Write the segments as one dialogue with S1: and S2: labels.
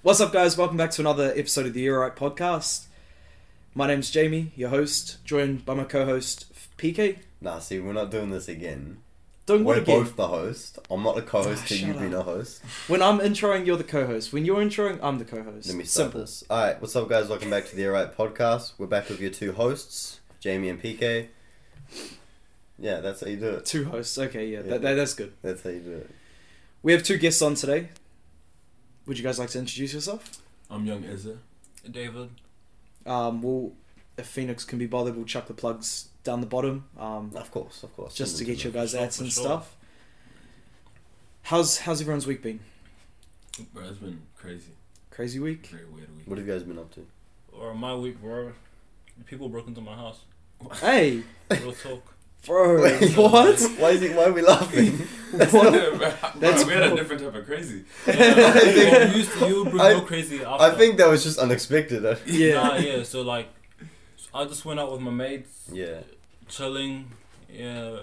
S1: What's up, guys? Welcome back to another episode of the Year Right podcast. My name's Jamie, your host, joined by my co-host PK.
S2: Nah, see, we're not doing this again.
S1: Doing what
S2: We're
S1: again?
S2: both the host. I'm not a co-host
S1: Ah,
S2: till
S1: shut
S2: you've been
S1: up.
S2: a host.
S1: When I'm introing, you're the co-host. When you're introing, I'm the co-host.
S2: Let me start
S1: Simple.
S2: this. All right, what's up, guys? Welcome back to the Alright Podcast. We're back with your two hosts, Jamie and PK. Yeah, that's how you do it.
S1: Two hosts. Okay, yeah,
S2: Yeah.
S1: That, that, that's good.
S2: That's how you do it.
S1: We have two guests on today. Would you guys like to introduce yourself?
S3: I'm young Ezra. David.
S1: Um, we'll, if Phoenix can be bothered, we'll chuck the plugs down the bottom. Um,
S2: Of course, of course.
S1: just to get your
S2: Shouldn't
S1: guys'
S3: sure,
S1: ads
S3: for
S1: and
S3: sure.
S1: stuff. How's how's everyone's week been?
S3: Bro, it's been crazy.
S1: Crazy week.
S3: Very weird
S2: do it.
S3: week.
S2: What have you guys been up to?
S4: Or my week, bro. People broke into my house.
S1: Hey,
S4: Real talk.
S1: bro,
S2: Wait,
S1: what?
S2: Why is it? Why are we laughing? That's
S1: What?
S2: not-
S1: That's
S3: That's we had
S1: cool.
S3: a different type of crazy.
S4: Yeah,
S2: think-
S4: you used to, you would
S2: I-
S4: go crazy after.
S2: I think that was just unexpected. uh,
S1: Yeah.
S4: Nah, yeah. So like, so I just went out with my mates,
S2: Yeah.
S4: chilling. Yeah,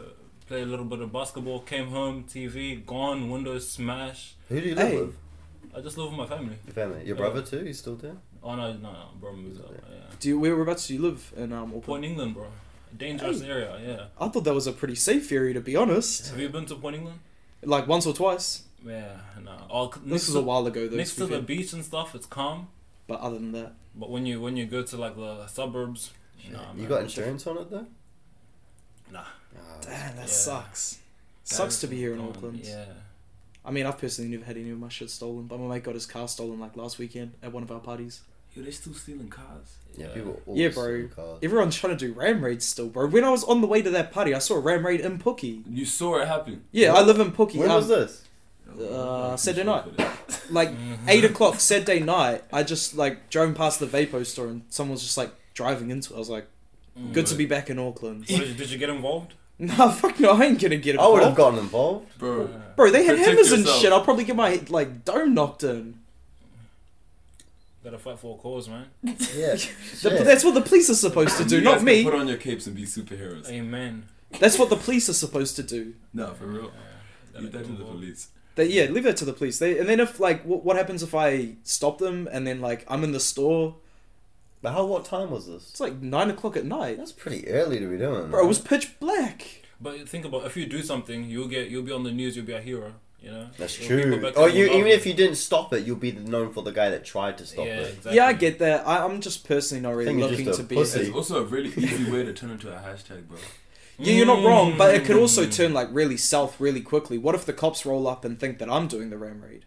S4: played a little bit of basketball. Came home, TV gone, windows smashed.
S2: Who do you live
S1: Hey. Uh,
S2: with?
S4: I just live with my family.
S2: Your family. Your
S4: Yeah.
S2: brother too? He's still there?
S4: Oh no, no, no bro, moved up. Yeah.
S1: Do you, whereabouts do you live in um, Auckland?
S4: Point England, bro. Dangerous area. Yeah.
S1: I thought that was a pretty safe area, to be honest.
S4: Have you been to Point England?
S1: Like once or twice.
S4: Yeah. No. Oh, c-
S1: This
S4: next
S1: was
S4: to,
S1: a while ago, though.
S4: next
S1: to
S4: to
S1: be
S4: the
S1: fair.
S4: beach and stuff. It's calm.
S1: But other than that,
S4: But when you when you go to like the suburbs, nah,
S2: you
S4: man.
S2: got insurance on it though?
S4: Nah.
S2: Ah,
S1: damn, that
S4: Yeah.
S1: sucks.
S4: That
S1: Sucks
S4: is
S1: to be here in
S4: gone,
S1: Auckland.
S4: Yeah,
S1: I mean, I've personally never had any of my shit stolen, but my mate got his car stolen like last weekend at one of our parties.
S3: Yo, they still stealing cars.
S2: yeah, people
S1: Yeah,
S2: always
S1: bro.
S2: steal cars.
S1: Everyone's trying to do ram raids still, bro. When I was on the way to that party, I saw a ram raid in Pookie.
S3: You saw it happen.
S1: Yeah, I live in Pookie.
S2: When
S1: um,
S2: was this?
S1: Uh, Saturday
S3: I'm pretty sure
S1: Like
S3: Mm-hmm.
S1: eight o'clock Saturday night, I just like drove past the Vapo store and someone was just like driving into it. I was like,
S4: Mm.
S1: good to be back in Auckland.
S4: What did, you, did you get involved?
S1: Nah, fuck no, I ain't gonna get
S2: I
S1: involved.
S2: would have gotten involved.
S3: it is. Bro.
S4: Uh,
S1: Bro, they had
S3: Protect
S1: hammers and
S3: yourself.
S1: shit. I'll probably get my like dome knocked in.
S4: gotta fight for a cause, man.
S2: Yeah.
S1: The-
S2: Shit.
S1: that's what the police are supposed to do,
S3: You guys
S1: not
S3: can
S1: me.
S3: Put on your capes and be superheroes.
S4: Amen.
S1: That's what the police are supposed to do.
S3: No, for real.
S4: Yeah,
S3: Leave that to the
S4: involved.
S3: police.
S1: They, yeah, leave that to the police. They, and then if like, what, what happens if I stop them and then like I'm in the store?
S2: But how? What time was
S1: It's
S2: this?
S1: like nine o'clock at night,
S2: That's pretty early to be doing.
S1: bro. It
S2: man.
S1: was pitch black.
S4: But think about if you do something, you'll get you'll be on the news. You'll be a hero. You know.
S2: That's
S4: You'll be
S2: true.
S4: back
S2: Or
S4: in
S2: you,
S4: the
S2: even
S4: lobby.
S2: if you didn't stop it, you'll be known for the guy that tried to stop
S4: yeah,
S2: it.
S4: Exactly.
S1: Yeah, I get that. I, I'm just personally not really
S2: Think you're
S1: looking
S2: just
S1: to
S2: a
S1: be.
S2: pussy.
S3: It's also a really easy way to turn into a hashtag, bro.
S1: Yeah, you're not wrong, but it could also
S4: Mm.
S1: turn like really south really quickly. What if the cops roll up and think that I'm doing the ram raid?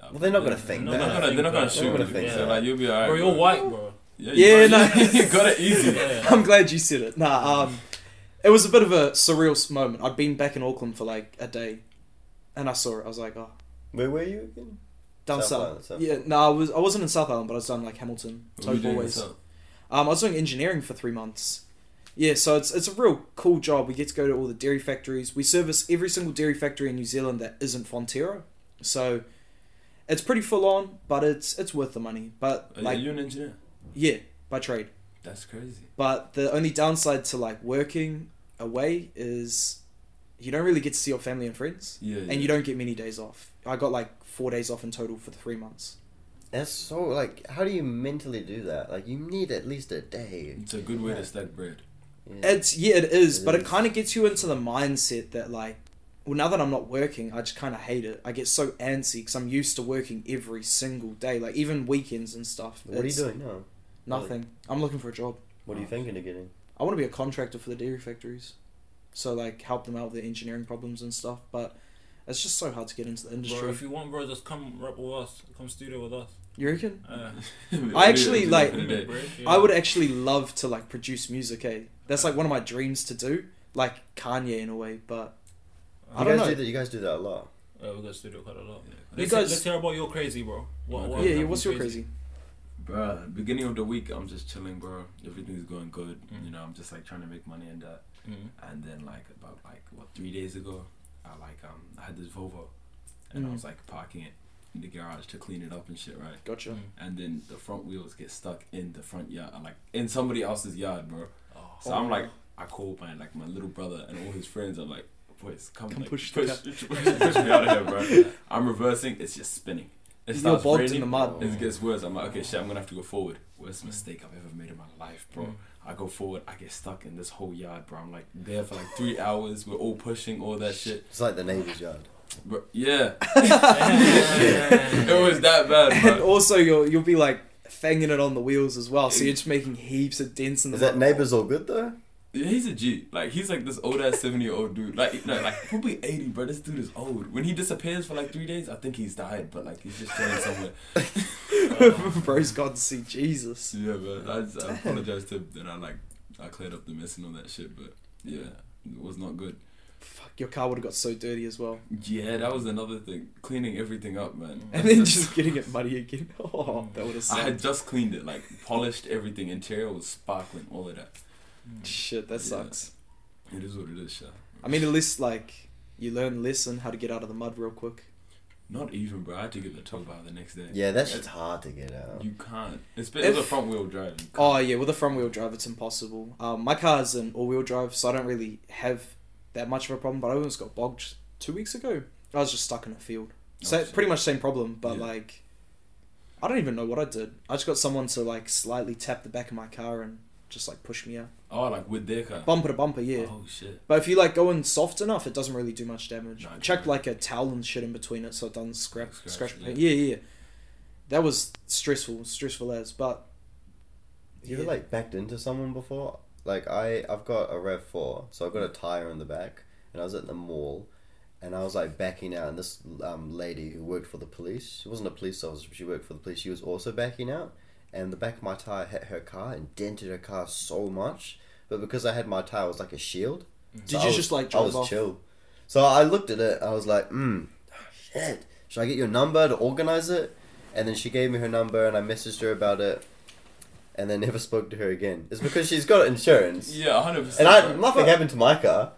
S2: Well, they're not gonna think
S3: They're
S2: that.
S3: not gonna, they're not gonna
S2: They're not
S3: shoot
S2: gonna
S3: you.
S2: think
S3: So
S2: that.
S3: like, you'll be alright.
S4: Bro, you're white, bro.
S3: Yeah,
S1: Yeah,
S3: you
S1: no.
S3: got, you got it easy.
S4: Yeah.
S1: I'm glad you said it. Nah, um, it was a bit of a surreal s- moment. I'd been back in Auckland for like a day, and I saw it. I was like, oh,
S2: Where were you again?
S1: down
S2: South
S1: south.
S2: Island, South
S1: yeah, no, nah, I was. I wasn't in South Island, but I was down like Hamilton,
S3: What were you
S1: Tobe
S3: doing
S1: always.
S3: yourself?
S1: Um, I was doing engineering for three months. Yeah, so it's it's a real cool job. We get to go to all the dairy factories. We service every single dairy factory in New Zealand that isn't Fonterra. So, it's pretty full on, but it's it's worth the money. But
S3: Are
S1: like,
S3: you an engineer?
S1: yeah, by trade.
S3: That's crazy.
S1: But the only downside to like working away is you don't really get to see your family and friends,
S3: Yeah. yeah.
S1: and you don't get many days off. I got like four days off in total for the three months.
S2: That's so like. How do you mentally do that? Like you need at least a day.
S3: It's a good way to stack bread.
S2: Yeah.
S1: It's yeah, it is,
S2: It
S1: but it
S2: is.
S1: kind of gets you into the mindset that like, well, now that I'm not working, I just kind of hate it. I get so antsy because I'm used to working every single day, like even weekends and stuff.
S2: what are you
S1: It's
S2: doing now?
S1: Nothing. I'm looking for a job.
S2: What are you
S3: Oh.
S2: thinking of getting?
S1: I want to be a contractor for the dairy factories, so like help them out with their engineering problems and stuff. But it's just so hard to get into the industry.
S4: Bro, if you want, bro, just come rap with us. Come studio with us.
S1: You reckon?
S4: Uh,
S1: I actually,
S3: Engineer
S1: like-
S3: for the day.
S4: break,
S1: I
S4: yeah.
S1: would actually love to like produce music. Eh, that's like one of my dreams to do, like Kanye in a way. But
S2: You
S1: I
S2: guys
S1: don't know.
S2: do that. You guys do that a lot.
S4: Yeah, we got studio quite a lot.
S3: Yeah.
S1: You
S4: Let's,
S1: guys-
S4: let's hear about your crazy, bro.
S3: My
S1: yeah,
S3: Well,
S1: yeah,
S4: happened
S1: what's your crazy?
S3: Bruh, beginning of the week, I'm just chilling, bro. Everything's going good.
S4: Mm.
S3: You know, I'm just like trying to make money and that.
S4: Mm.
S3: And then like about like what three days ago, I like um I had this Volvo, and
S1: Mm.
S3: I was like parking it in the garage to clean it up and shit, right?
S1: Gotcha.
S4: Mm.
S3: And then the front wheels get stuck in the front yard, like in somebody else's yard, bro.
S4: Oh.
S3: So I'm like, I called my like my little brother and all his friends. I'm like, boys, come,
S1: Come
S3: like,
S1: push
S3: push,
S1: the
S3: push, push, me out of here, bro. I'm reversing. It's just spinning. It
S1: you're
S3: starts
S1: bogged
S3: raining.
S1: in the mud.
S2: Oh.
S3: It gets worse. I'm like, okay, shit, I'm gonna have to go forward. Worst mistake I've ever made in my life, bro.
S4: Mm.
S3: I go forward, I get stuck in this whole yard, bro. I'm like there for like three hours. We're all pushing, all that shit.
S2: It's like the Navy's yard.
S3: Bro, yeah,
S4: it
S3: it was that bad,
S1: And
S3: bro.
S1: also, you'll you'll be like fanging it on the wheels as well, so you're just making heaps of dents in the.
S2: Is that
S1: mud.
S2: neighbors all good though?
S3: Yeah, he's a G. Like he's like this old ass seventy year old dude. Like no, like probably eighty, bro. This dude is old. When he disappears for like three days, I think he's died, but like he's just chilling somewhere.
S1: Bro's gone to see Jesus.
S3: Yeah, but I, just, I apologize to that I like I cleared up the mess and all that shit, but yeah, it was not good.
S1: Fuck, your car would have got so dirty as well,
S3: Yeah, that was another thing. Cleaning everything up, man.
S1: and then just getting it muddy again. Oh, that would have
S3: I had
S1: sucked.
S3: just cleaned it, like polished everything. Interior was sparkling, all of that.
S4: mm.
S1: Shit, that
S3: Yeah.
S1: sucks.
S3: It is what it is, Sha.
S1: I mean, at least like you learn a lesson how to get out of the mud real quick.
S3: Not even, bro. I had to get the top out the next day.
S2: Yeah, that shit's hard to get out.
S3: You can't. It's better the
S1: If-
S3: front wheel drive. you
S1: Oh
S3: can't.
S1: yeah, with a front wheel drive, it's impossible. Um, my car's an all wheel drive, so I don't really have that much of a problem. But I almost got bogged two weeks ago. I was just stuck in a field. So
S3: Oh, shit.
S1: pretty much same problem, but
S3: Yeah.
S1: like, I don't even know what I did. I just got someone to like slightly tap the back of my car and just like push me out,
S3: Oh, like with their car.
S1: bumper to bumper, yeah.
S3: Oh shit.
S1: But if you like go in soft enough, it doesn't really do much damage.
S3: No,
S1: I
S3: okay.
S1: chucked like a towel and shit in between it, so it doesn't scrap,
S3: Scratch,
S1: scratch.
S3: yeah.
S1: Yeah. yeah, yeah. That was stressful, stressful as. But
S2: You ever
S1: Yeah.
S2: like backed into someone before? Like I, I've got a Rev Four, so I've got a tire in the back, and I was at the mall, and I was like backing out, and this um, lady who worked for the police, she wasn't a police officer, but she worked for the police. She was also backing out, and the back of my tire hit her car and dented her car so much. But because I had my tire, it was like a shield.
S1: did
S2: I
S1: you
S2: was-
S1: just like
S2: I
S1: drive
S2: was
S1: off?
S2: chill. So I looked at it. I was like, hmm, shit. Should I get your number to organize it? And then she gave me her number, and I messaged her about it, and then never spoke to her again. It's because she's got insurance,
S3: Yeah, hundred percent.
S2: and I nothing happened to my car.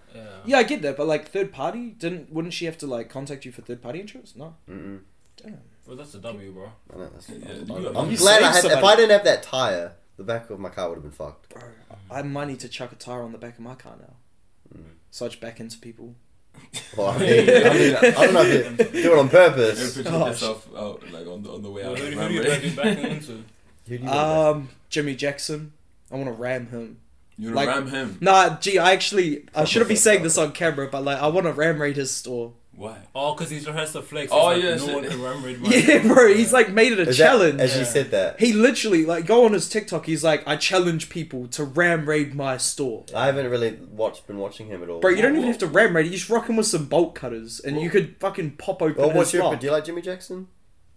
S1: Yeah, I get that, but like third party didn't wouldn't she have to like contact you for third party insurance? No.
S2: Mm-mm.
S1: Damn.
S4: Well, that's a W, bro.
S2: I know, that's-
S3: Yeah,
S2: I'm,
S3: you got-
S2: I'm
S1: you
S2: glad I
S1: saved
S2: had. If I
S1: somebody.
S2: didn't have that tire, the back of my car would have been fucked.
S1: Bro, I might need to chuck a tire on the back of my car now.
S2: Mm.
S1: So I just back into people.
S2: Well, I, mean, I, mean, I don't know if you do it on
S3: Yeah,
S2: purpose.
S3: picture
S1: Oh,
S3: yourself out like on the on the way
S4: Well,
S3: out.
S4: who,
S3: of
S4: who do you
S3: Ramray.
S4: drive you backing into?
S2: Who do you know
S1: Um, Jimmy Jackson. I want to ram him.
S3: You wanna
S1: Like-
S3: ram him.
S1: Nah, gee, I actually I shouldn't be saying this on camera, but like I want to ram raid his store.
S3: Why?
S4: Oh, because he's rehearsed a flex.
S3: Oh,
S4: He's like,
S3: yeah,
S4: No
S3: shit.
S4: one can run red
S1: Yeah, bro, he's like made it a
S2: Is that-
S1: challenge.
S2: As you
S4: Yeah.
S2: said that,
S1: he literally like go on his TikTok. He's like, I challenge people to ram raid my store.
S2: I haven't really watched been watching him at all.
S1: Bro, you don't
S3: Whoa,
S1: even have to ram raid. You just rock him with some bolt cutters, and you could fucking pop open
S2: Well, what's
S1: his
S2: your?
S1: lock.
S2: Do you like Jimmy Jackson?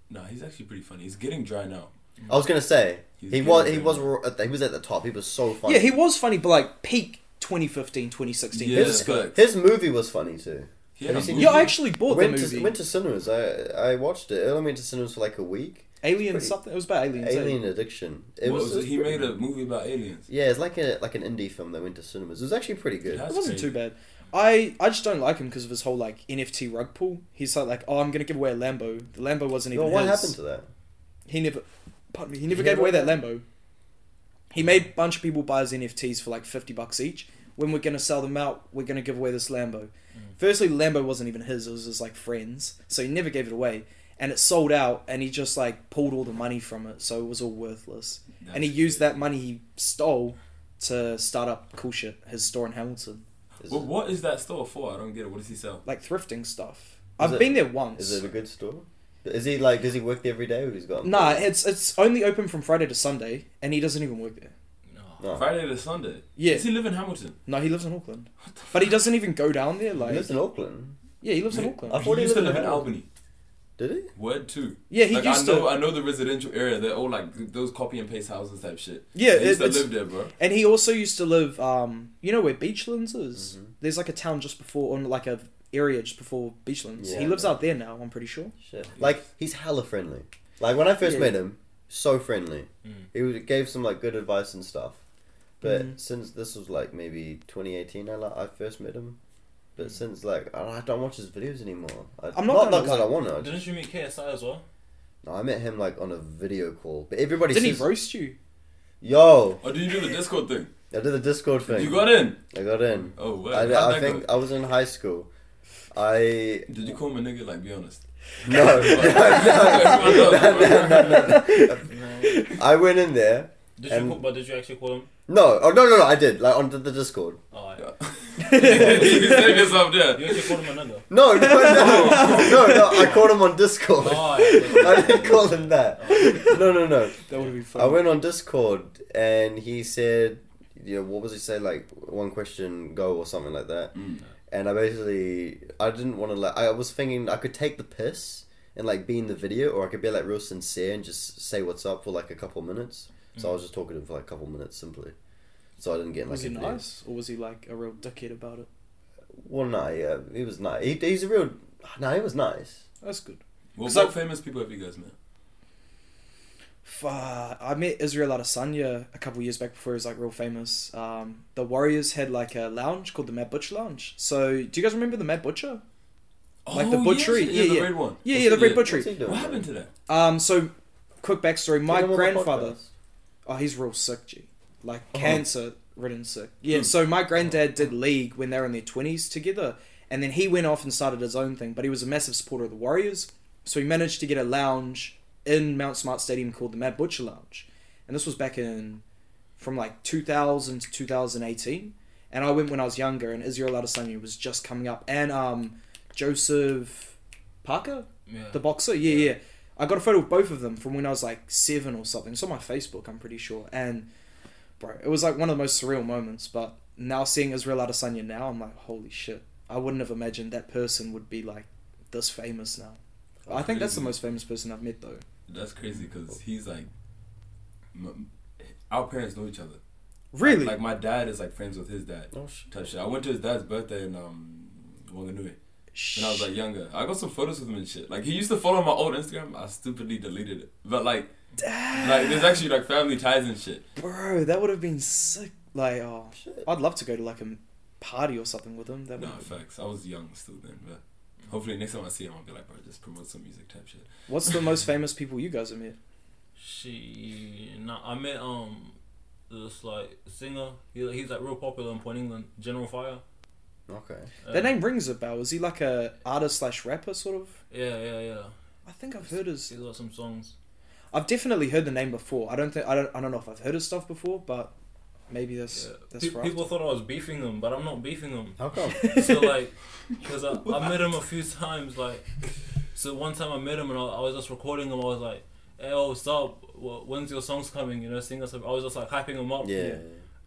S3: No, he's actually pretty funny. He's getting dry now.
S2: I was gonna say
S3: He's
S2: he
S3: good,
S2: was he
S3: good.
S2: was ro- at the- he was at the top. He was so funny.
S1: Yeah, he was funny, but like peak 2015, 2016.
S3: Yeah,
S1: It was
S2: His,
S1: good.
S3: but-
S2: his movie was funny too.
S3: Yeah,
S2: Have you seen-
S1: Yeah, I actually bought the
S2: went
S1: movie.
S2: to went to cinemas. I I watched it. I only went to cinemas for like a week.
S1: Alien
S2: pretty-
S1: something. It was about aliens. eh?
S2: Alien addiction. It
S3: What
S2: was,
S3: was it? He
S2: pretty-
S3: made a movie about aliens.
S2: Yeah, it's like a like an indie film that went to cinemas. It was actually pretty good.
S3: That's
S1: it wasn't
S3: crazy.
S1: too bad. I, I just don't like him because of his whole like NFT rug pull. He's like, like oh, I'm gonna give away a Lambo. The Lambo wasn't even.
S2: Well, what
S1: his.
S2: happened to that?
S1: He never, pardon me, he never
S2: He
S1: gave
S2: never-
S1: away that Lambo. He made a bunch of people buy his NFTs for like fifty bucks each. When we're gonna sell them out, we're gonna give away this Lambo. Firstly, Lambo wasn't even his; it was his like friends, so he never gave it away. And it sold out, and he just like pulled all the money from it, so it was all worthless. and he
S3: That's
S1: used
S3: crazy.
S1: that money he stole to start up cool shit, his store in Hamilton,
S2: Is,
S3: Well, what is that store for? I don't get it. What does he sell?
S1: like thrifting stuff.
S2: Is
S1: I've
S2: it-
S1: been there once.
S2: is it a good store? Is he like does he work there every day or he's got
S1: Nah, it's it's only open from Friday to Sunday, and he doesn't even work there.
S4: No.
S2: no.
S3: Friday to Sunday.
S1: Yeah.
S3: Does he live in Hamilton?
S1: No, he lives in Auckland.
S3: What the
S1: But he doesn't even go down there.
S2: He
S1: Like,
S2: lives in Auckland.
S1: yeah, he lives in
S3: Mate,
S2: I
S1: Auckland.
S2: thought he
S3: he used to
S2: lived
S3: live
S2: in
S3: in Albany.
S2: Did he?
S3: Word too.
S1: Yeah, he
S3: like,
S1: used
S3: I know,
S1: to.
S3: I know the residential area. They're all like those copy and paste houses type shit.
S1: Yeah,
S3: They used
S1: it,
S3: to
S1: it's,
S3: live there, bro.
S1: and he also used to live. Um, you know where Beachlands is?
S2: Mm-hmm.
S1: There's like a town just before, on like a area just before Beachlands. he
S2: Yeah.
S1: lives out there now. I'm pretty sure.
S2: Shit. Like he's hella friendly. Like when I first
S1: Yeah.
S2: met him, so friendly.
S4: Mm.
S2: He was- gave some like good advice and stuff. But
S1: Mhm.
S2: since this was like maybe 2018, I like, I first met him. But
S4: Mm.
S2: since like I don't, I don't watch his videos anymore. I,
S1: I'm not
S2: not not
S1: gonna
S2: because
S1: lie.
S2: I don't want to. I just-
S4: Didn't you meet KSI as well?
S2: no, I met him like on a video call. But everybody
S1: Didn't he
S2: says,
S1: roast you?
S2: "Yo,
S3: Or did you Oh, do the Discord thing?
S2: I did the Discord thing.
S3: You got in.
S2: I got in.
S3: Oh, word.
S2: I,
S3: How'd
S2: I
S3: that
S2: think
S3: go?
S2: I was in high school. I
S3: Did you call him a nigga? Like, be honest.
S2: No, no, no, no, no, no, no. I went in there.
S4: Did
S2: And-
S4: you call, but did you actually call him?
S2: No, oh no, no, no. I did like on the, the Discord.
S4: Oh, yeah.
S3: you save yourself there.
S4: You actually called him a nigga.
S2: No, no, no, no, no. I called him on Discord.
S4: Oh, yeah.
S2: I didn't call him that. No, no, no.
S1: That would be fun.
S2: I went on Discord and he said, you know, what was he say? Like one question go or something like that.
S3: Mm.
S2: And I basically, I didn't want to like. I was thinking I could take the piss and like be in the video, or I could be like real sincere and just say what's up for like a couple minutes. So I was just talking to him for like a couple minutes simply. So I didn't get in,
S1: Mm.
S2: like
S1: was
S2: a
S1: he
S2: video.
S1: nice, or was he like a real dickhead about it?
S2: Well, no, yeah, he was nice. He, he's a real. No, he was nice.
S1: That's good.
S3: What,
S1: 'Cause
S3: what
S1: I-
S3: famous people have you guys met?
S1: Fuck. I met Israel Adesanya a couple years back before he was like real famous. Um, the Warriors had like a lounge called the Mad Butcher Lounge. So do you guys remember the Mad Butcher? Like the
S3: Oh,
S1: butchery,
S3: yes,
S1: yeah,
S3: the
S1: yeah.
S3: red one.
S1: Yeah, yeah, the Red Butchery.
S2: What's he doing?
S3: What happened to that?
S1: Um, so quick backstory. My
S2: Get him on the
S1: grandfather.
S2: podcast.
S1: Oh, he's real sick, G. Like
S2: Oh.
S1: cancer ridden sick. Yeah.
S3: Hmm.
S1: So my granddad did league when they were in their twenties together, and then he went off and started his own thing. But he was a massive supporter of the Warriors, so he managed to get a lounge in Mount Smart Stadium called the Mad Butcher Lounge, and this was back in from like 2000 to 2018. And I went when I was younger, and Israel Adesanya was just coming up, and um, Joseph Parker,
S4: yeah.
S1: the boxer, yeah, yeah. I got a photo of both of them from when I was like seven or something. It's on my Facebook, I'm pretty sure. And bro, it was like one of the most surreal moments. But now seeing Israel Adesanya now, I'm like, holy shit! I wouldn't have imagined that person would be like this famous now. I think that's the
S3: Crazy.
S1: most famous person I've met though.
S3: That's crazy because he's like, m- our parents know each other.
S1: Really?
S3: Like, my dad is like friends with his dad.
S2: Oh shit.
S3: Touch it. I went to his dad's birthday in um Wanganui when I was like younger. I got some photos with him and shit. Like he used to follow my old Instagram. I stupidly deleted it. But like, like there's actually like family ties and shit.
S1: bro, that would have been sick. Like, oh,
S2: Shit.
S1: I'd love to go to like a party or something with him. That
S3: No
S1: would.
S3: facts. I was young still then, but hopefully next time I see him, I'll be like, bro, just promote some music type shit.
S1: What's the most famous people you guys have met?
S4: She, nah, I met um, this like singer. He, he's like real popular in Point England. General Fire.
S2: Okay.
S4: Uh,
S1: Their name rings a bell. Is he like a artist slash rapper sort of?
S4: Yeah, yeah, yeah.
S1: I think I've heard his.
S4: He's got some songs.
S1: I've definitely heard the name before. I don't think I don't I don't know if I've heard his stuff before, but maybe that's
S4: Yeah.
S1: that's
S4: Pe-
S1: right.
S4: people thought I was beefing him, but I'm not beefing him.
S2: How come?
S4: so like, because I, I met him a few times. Like, so one time I met him and I, I was just recording him. I was like, "Hey, oh, what's up? Wh- When's your songs coming? You know, sing us." up." I was just like hyping him up.
S2: yeah.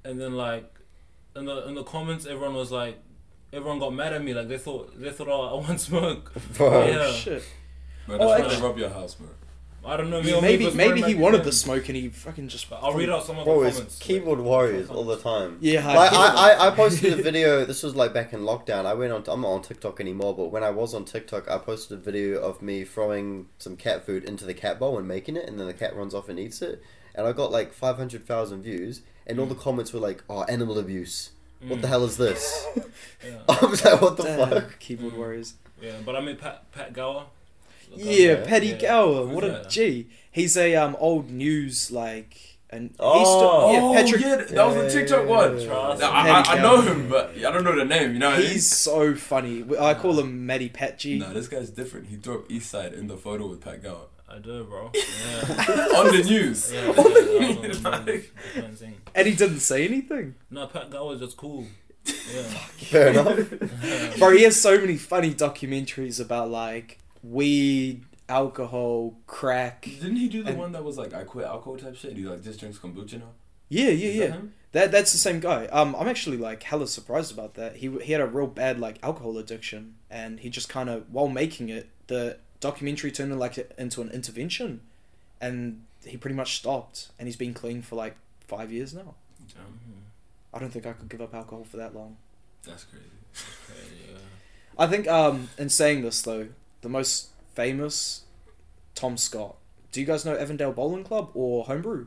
S4: And then like, in the in the comments, everyone was like, everyone got mad at me. Like they thought they thought oh, I want smoke.
S1: Oh
S2: Bro.
S4: Yeah.
S1: shit!
S3: Bro,
S1: Oh,
S3: that's why
S1: actually-
S3: they rob your house, bro.
S4: I don't know. me or me
S1: Maybe
S4: was
S1: maybe
S4: going
S1: he
S4: back
S1: wanted
S4: then.
S1: the smoke and he fucking just.
S4: But I'll read out some of
S2: Bro,
S4: the
S2: it's
S4: comments.
S2: keyboard warriors all the time.
S1: Yeah, hi,
S2: Like,
S1: keyboard
S2: I, I, I posted a video. This was like back in lockdown. I went on. I'm not on TikTok anymore, but when I was on TikTok, I posted a video of me throwing some cat food into the cat bowl and making it, and then the cat runs off and eats it. And I got like 500,000 views, and all the comments were like, "Oh, animal abuse. What the hell is this?"
S4: Mm. Yeah.
S2: I was like, "What the
S1: Damn,
S2: fuck?"
S1: Keyboard
S4: Mm.
S1: warriors.
S4: Yeah, but I met Pat Pat Gower.
S1: Yeah,
S2: yeah.
S1: Paddy
S4: Yeah.
S1: Gower.
S4: Who's
S1: What a
S4: that?
S1: G. He's a um old news like and
S2: Oh.
S1: he's still, yeah Patrick.
S3: yeah, that was the TikTok one.
S2: Yeah.
S4: Trust.
S3: Now, I, I, I
S1: Patty
S3: know
S1: Gow.
S3: him, but I don't know the name. You know what I mean?
S1: He's so funny. I call him Matty Patchy.
S3: No, this guy's different. He threw up Eastside in the photo with Pat Gower.
S4: I do, bro. Yeah.
S3: on the news.
S4: Yeah, yeah, that was on the news. That's what I'm saying.
S1: And he didn't say anything.
S4: No, Pat Gow was just cool. Yeah.
S2: Fair enough.
S1: Bro, he has so many funny documentaries about like weed, alcohol, crack.
S3: Didn't he do the
S1: And-
S3: one that was like I quit alcohol type shit? He like just drinks kombucha now.
S1: Yeah,
S3: Is
S1: yeah,
S3: that
S1: yeah.
S3: him?
S1: That that's the same guy. Um, I'm actually like hella surprised about that. He he had a real bad like alcohol addiction, and he just kind of while making it, the documentary turned like into an intervention, and he pretty much stopped, and he's been clean for like five years now.
S3: Damn,
S1: I don't think I could give up alcohol for that long.
S3: that's crazy.
S1: I think um in saying this though, the most famous Tom Scott. Do you guys know Avondale Bowling Club or Homebrew?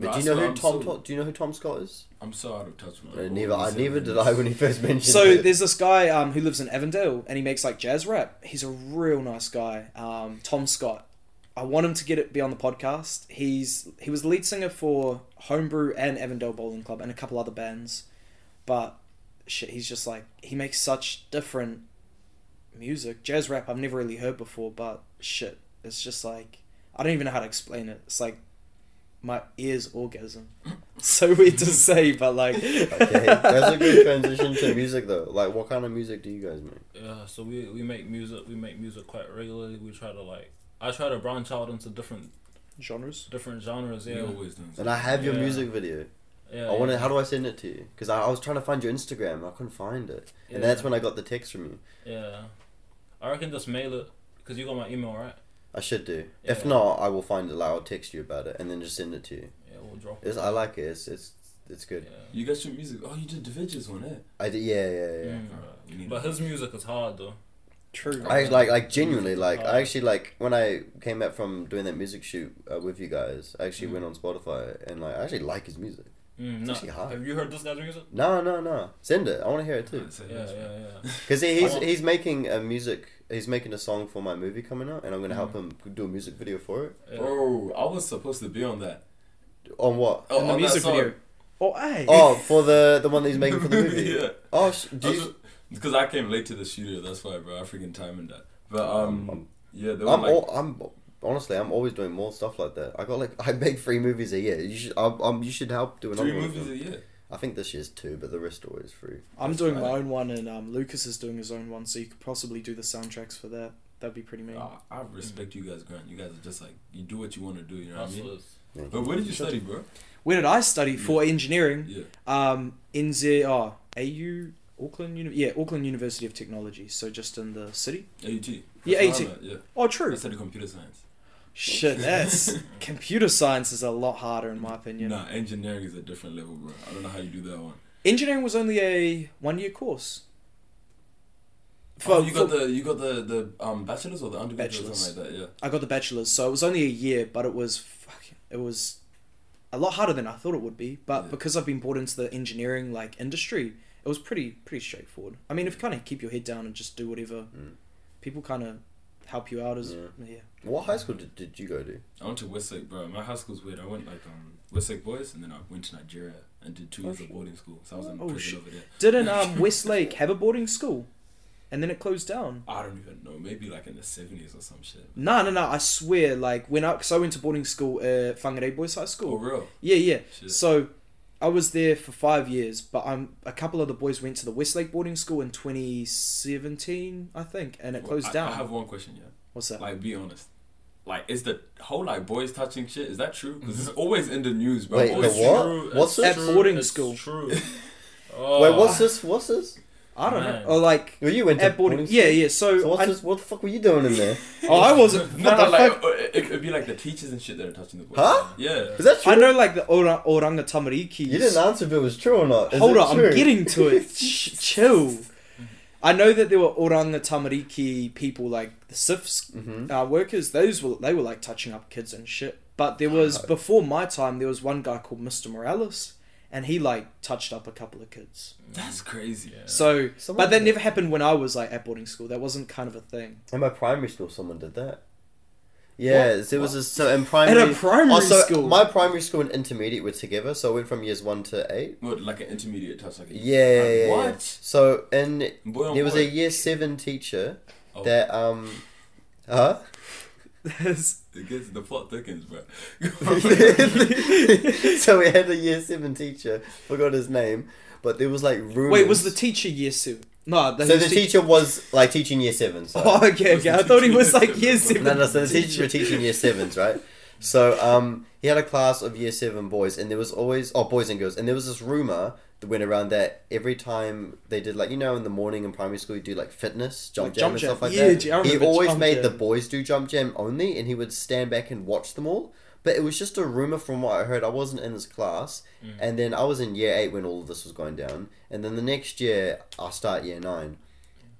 S2: But
S3: Bro,
S2: do you
S3: I
S2: know
S3: swear
S2: who
S3: I'm
S2: Tom?
S3: so,
S2: Tom do you know who Tom Scott is?
S3: I'm so out of touch with.
S2: Uh,
S3: like,
S2: never.
S3: all
S2: I
S3: these
S2: never did
S3: elements.
S2: I when he first mentioned.
S1: So
S2: it.
S1: there's this guy um, who lives in Avondale and he makes like jazz rap. He's a real nice guy, um, Tom Scott. I want him to get it be on the podcast. He's he was the lead singer for Homebrew and Avondale Bowling Club and a couple other bands, but shit, he's just like he makes such different music. Jazz rap I've never really heard before, but shit, it's just like I don't even know how to explain it. It's like my ears orgasm. so weird to say, but like
S2: Okay, that's a good transition to music though. Like, what kind of music do you guys make?
S4: Yeah, so we, we make music. We make music quite regularly. We try to like. I try to branch out into different
S1: genres.
S4: different genres. Yeah,
S3: You always done
S2: And I have your
S4: Yeah.
S2: music video.
S4: yeah.
S2: I want to.
S4: yeah.
S2: How do I send it to you? Because I, I was trying to find your Instagram. and I couldn't find it, and
S4: Yeah.
S2: that's when I got the text from you.
S4: Yeah, I reckon just mail it because you got my email, right?
S2: I should do. If
S4: Yeah.
S2: not, I will find it. Like, I'll text you about it and then just send it to you.
S4: Yeah, we'll drop it.
S2: It's, I like it. It's it's, it's
S4: Yeah.
S2: good.
S3: You got your music. Oh, you did Da Vinci's one, eh?
S2: I d- yeah yeah yeah.
S4: Mm.
S3: Alright, we need
S4: But
S3: it.
S4: his music is hard though.
S1: True.
S2: I actually, like like genuinely like
S4: Oh.
S2: I actually like when I came back from doing that music shoot uh, with you guys. I actually
S4: Mm.
S2: went on Spotify and like I actually like his music.
S4: Mm,
S2: It's
S4: no.
S2: actually hard.
S4: Have you heard this guy's music?
S2: No no no, send it. I want to hear it too.
S3: Alright, so
S4: Yeah,
S3: that's right.
S4: yeah, yeah.
S2: Because he, he's
S4: I want-
S2: he's making a music. He's making a song for my movie coming out, and I'm gonna
S3: Mm.
S2: help him do a music video for it.
S4: yeah.
S3: Bro, I was supposed to be on that.
S2: On what?
S3: Oh,
S1: in the
S3: on that
S1: music
S3: song.
S1: video. Oh, hey.
S2: Oh, for the the one that he's making for the movie.
S3: yeah.
S2: Oh, sh- do you,
S3: Because I came late to the studio, that's why, bro. I freaking timed that. But
S2: Um,
S3: um, yeah, there were
S2: I'm
S3: like,
S2: all, I'm honestly I'm always doing more stuff like that. I got like I make three movies a year. You should I'm, I'm- you should help do another
S3: three
S2: one.
S3: movies a year.
S2: I think this year's two, but the rest are always three.
S1: I'm doing my
S2: Right.
S1: own one, and um, Lucas is doing his own one, so you could possibly do the soundtracks for that. That'd be pretty mean.
S3: Ah, I respect you guys, Grant. You guys are just like you do what you want to do. You know what I mean?
S4: Hustlers.
S2: Thank
S3: But
S2: you.
S3: where did you study, bro?
S1: Where did I study for
S2: Hmm?
S1: engineering?
S3: Yeah.
S1: Um, NZ, oh, AU, Auckland, Uni- yeah, Auckland University of Technology. So just in the city.
S3: AUT. That's
S1: Yeah,
S3: where I'm
S1: AUT.
S3: at, Yeah.
S1: Oh,
S3: I
S1: true.
S3: studied computer science.
S1: Shit, that's computer science is a lot harder in my opinion.
S3: Nah, engineering is a different level, bro. I don't know how you do that one.
S1: Engineering was only a one-year course. For,
S3: oh, you got
S1: for-
S3: the you got the the um bachelor's or the undergraduate or
S1: Bachelor's.
S3: something like that. Yeah.
S1: I got the bachelor's, so it was only a year, but it was fucking, it was a lot harder than I thought it would be. But
S3: Yeah.
S1: because I've been brought into the engineering like industry, it was pretty pretty straightforward. I mean, if you kind of keep your head down and just do whatever,
S2: Mm.
S1: people kind of help you out as
S2: Yeah.
S1: yeah.
S2: What high school did, did you go to?
S3: I went to Westlake, bro. My high school's weird. I went like um Westlake boys, and then I went to Nigeria and did two
S1: Oh,
S3: years of
S1: shit.
S3: boarding school. So I was in
S1: Oh,
S3: prison
S1: shit.
S3: over there.
S1: Didn't um, Westlake have a boarding school, and then it closed down?
S3: I don't even know. Maybe like in the seventies or some shit.
S1: No, no, no. I swear, like when I because I went to boarding school at Whangarei Boys High
S2: Oh,
S3: For
S1: School.
S3: real.
S1: Yeah, yeah.
S3: Shit.
S1: So I was there for five years, but um, a couple of the boys went to the Westlake boarding school in 2017, I think, and it
S3: Well,
S1: closed
S3: I-
S1: down.
S3: I have one question, yeah.
S1: What's that?
S3: Like, be honest. Like, is the whole like boys touching shit? Is that true? Because it's
S1: Mm-hmm.
S3: always in the news, bro.
S2: Wait, the
S3: always
S2: what?
S4: True,
S2: What's
S4: it's
S1: this? At
S4: true,
S1: boarding
S4: it's
S1: school.
S4: True.
S1: Uh,
S4: Oh,
S2: Wait, what's this? What's this?
S1: I don't
S4: Man.
S1: know. Or like
S2: Well, you went to
S1: at boarding. Yeah, yeah. So,
S2: So what's
S1: I,
S2: this? What the fuck were you doing in there?
S1: oh, I wasn't.
S3: No,
S1: what
S3: no,
S1: the
S3: like
S1: fuck?
S3: uh, it, it'd be like the teachers and shit that are touching the boys.
S2: Huh?
S3: Yeah.
S2: Is that true?
S1: I know like the orang, oranga tamariki.
S2: You didn't answer if it was true or not. Is
S1: Hold
S2: it
S1: on,
S2: true?
S1: I'm getting to it. Ch- chill. I know that there were oranga tamariki people like the SIFs
S2: Mhm.
S1: uh, workers. Those were they were like touching up kids and shit. But
S2: Oh,
S1: there was before my time. There was one guy called Mr. Morales, and he like touched up a couple of kids.
S3: That's crazy.
S4: Yeah.
S1: So,
S2: Someone
S1: but that
S2: did.
S1: never happened when I was like at boarding school. That wasn't kind of a thing.
S2: In my primary school, someone did that. Yeah, there was a, so in
S1: At
S2: primary.
S1: a primary
S2: also,
S1: school,
S2: oh, my primary school and intermediate were together, so I went from years one to eight.
S3: What, like an intermediate touch, like a
S2: Yeah, yeah,
S3: Like,
S2: yeah, yeah.
S3: what?
S2: So in
S3: Boy on
S2: there was
S3: boy.
S2: a year seven teacher
S3: Oh.
S2: that um, huh?
S3: It gets the plot thickens, bro.
S2: so we had a year seven teacher. Forgot his name, but there was like rumors.
S1: wait, was the teacher year seven? No, that
S2: so
S1: was
S2: the
S1: te-
S2: teacher was like teaching year seven. So.
S1: Oh, okay,
S3: Was
S1: okay.
S3: the
S1: I thought he
S3: teacher
S1: was
S3: year
S1: like
S3: seven?
S1: year seven.
S2: No, no. So the teachers were teaching year sevens, right? So um, he had a class of year seven boys, and there was always oh boys and girls, and there was this rumor that went around that every time they did like you know in the morning in primary school you do like fitness jump
S1: Like
S2: jam
S1: jump
S2: and
S1: jam.
S2: stuff like
S1: Yeah,
S2: that.
S1: I
S2: he
S1: remember
S2: always
S1: jump
S2: made the
S1: jam.
S2: boys do jump jam only, and he would stand back and watch them all. But it was just a rumor from what I heard. I wasn't in his class,
S1: Mm.
S2: and then I was in year eight when all of this was going down, and then the next year I start year nine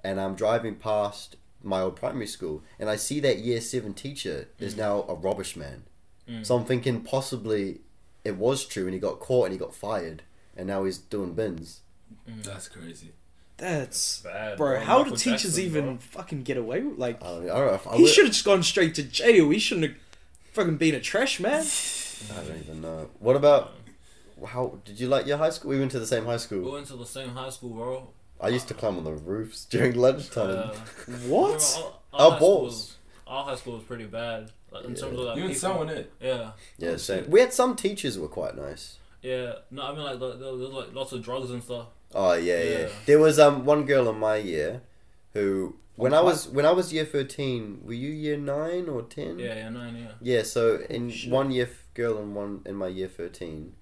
S2: and I'm driving past my old primary school, and I see that year seven teacher
S1: Mm.
S2: is now a rubbish man. So I'm thinking possibly it was true, and he got caught and he got fired, and now he's doing bins.
S3: That's crazy.
S1: That's
S4: bad,
S1: bro.
S4: bro.
S1: How do
S4: Michael
S1: teachers
S4: Jackson,
S1: even
S4: bro.
S1: fucking get away with like?
S2: I don't know. I don't know if Uh, I
S1: He
S2: would-
S1: should have just gone straight to jail. He shouldn't have fucking been a trash man.
S2: I don't even know. What about how did you like your high school? We went to the same high
S4: We
S2: school.
S4: went to the same high school, bro.
S2: I used to climb on the roofs during lunchtime.
S4: Uh,
S1: What?
S4: remember
S2: Our
S4: high school
S2: balls.
S4: was- Our high school was pretty bad. Like, in
S2: Yeah.
S4: terms of like
S3: you and
S4: people-
S3: someone it.
S4: Yeah,
S2: yeah, same.
S3: shit.
S2: We had some teachers who were quite nice.
S4: yeah. No, I mean like there, there was like lots of drugs and stuff.
S2: Oh yeah, yeah,
S4: Yeah.
S2: There was um one girl in my year, who when I
S1: Oh,
S2: was when I was year thirteen, were you year nine or ten?
S4: Yeah, yeah, nine, yeah.
S2: Yeah. So in
S1: shit.
S2: one year f- girl and one in my year thirteen,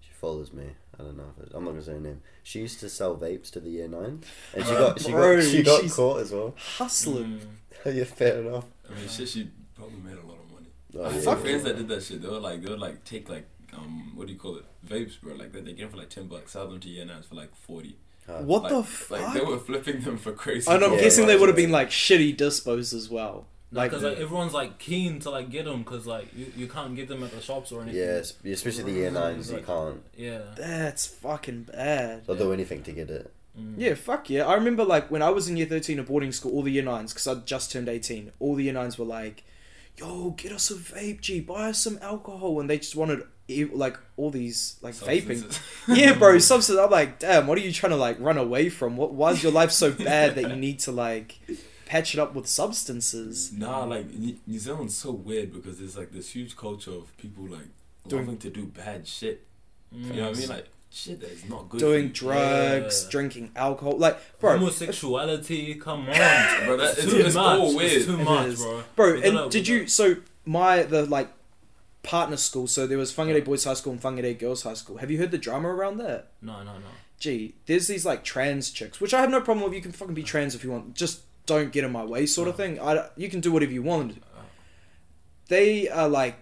S2: she follows me. I don't know. If it, I'm not gonna say her name. She used to sell vapes to the year nine, and she got she
S1: Bro,
S2: got she got
S1: she's-
S2: caught as well.
S1: Hustling.
S4: Mm.
S2: yeah, fair enough.
S3: I mean, shit, she probably made a lot of money.
S2: Oh,
S3: I
S2: yeah,
S3: had
S1: Fuck.
S3: friends that did that shit. They were like, they would like take like, um, what do you call it? Vapes, bro. Like that, they get them for like ten bucks. Sell them to year nines for like forty.
S2: Uh,
S1: What the
S3: Like-
S1: fuck?
S3: Like they were flipping them for crazy.
S1: and I'm
S2: Yeah,
S1: guessing
S2: right,
S1: they would have
S2: yeah.
S1: been like shitty dispos as well. Like,
S4: Because like everyone's like keen to like get them because like you, you can't get them at the shops or anything.
S2: Yeah, es- especially the year nines. You can't.
S4: Yeah.
S1: that's fucking bad.
S2: They'll do anything to get it.
S4: Mm.
S1: Yeah, fuck yeah. I remember like when I was in year 13 at boarding school, all the year 9s, because I'd just turned 18, all the year 9s were like, yo, get us a vape, G, buy us some alcohol. And they just wanted e- like all these like vaping.
S3: Substances.
S1: yeah, bro, substance. I'm like, damn, what are you trying to like run away from? What? Why is your life so bad that you need to like patch it up with substances?
S3: Nah, like New New Zealand's so weird because there's like this huge culture of people like
S1: Doing-
S3: loving to do bad shit.
S4: Mm.
S3: You know what I mean? Like shit that is not good.
S1: Doing
S3: for you.
S1: drugs,
S4: Yeah.
S1: drinking alcohol, like, bro,
S4: Homosexuality, come on. bro,
S3: that-
S4: it's,
S3: it's-
S4: too
S3: it's
S4: much.
S3: all weird.
S4: It's too
S1: It
S4: much,
S1: is.
S4: bro.
S1: bro.
S4: We gotta-
S1: And did
S4: we
S1: you? So my the like partner school. So there was Whangarei Boys High School and Whangarei Girls High School. Have you heard the drama around that?
S4: No, no, no.
S1: Gee, there's these like trans chicks, which I have no problem with. You can
S4: Uh.
S1: fucking be trans if you want. Just don't get in my way, sort of thing. I you can do whatever you want.
S4: Uh.
S1: They are like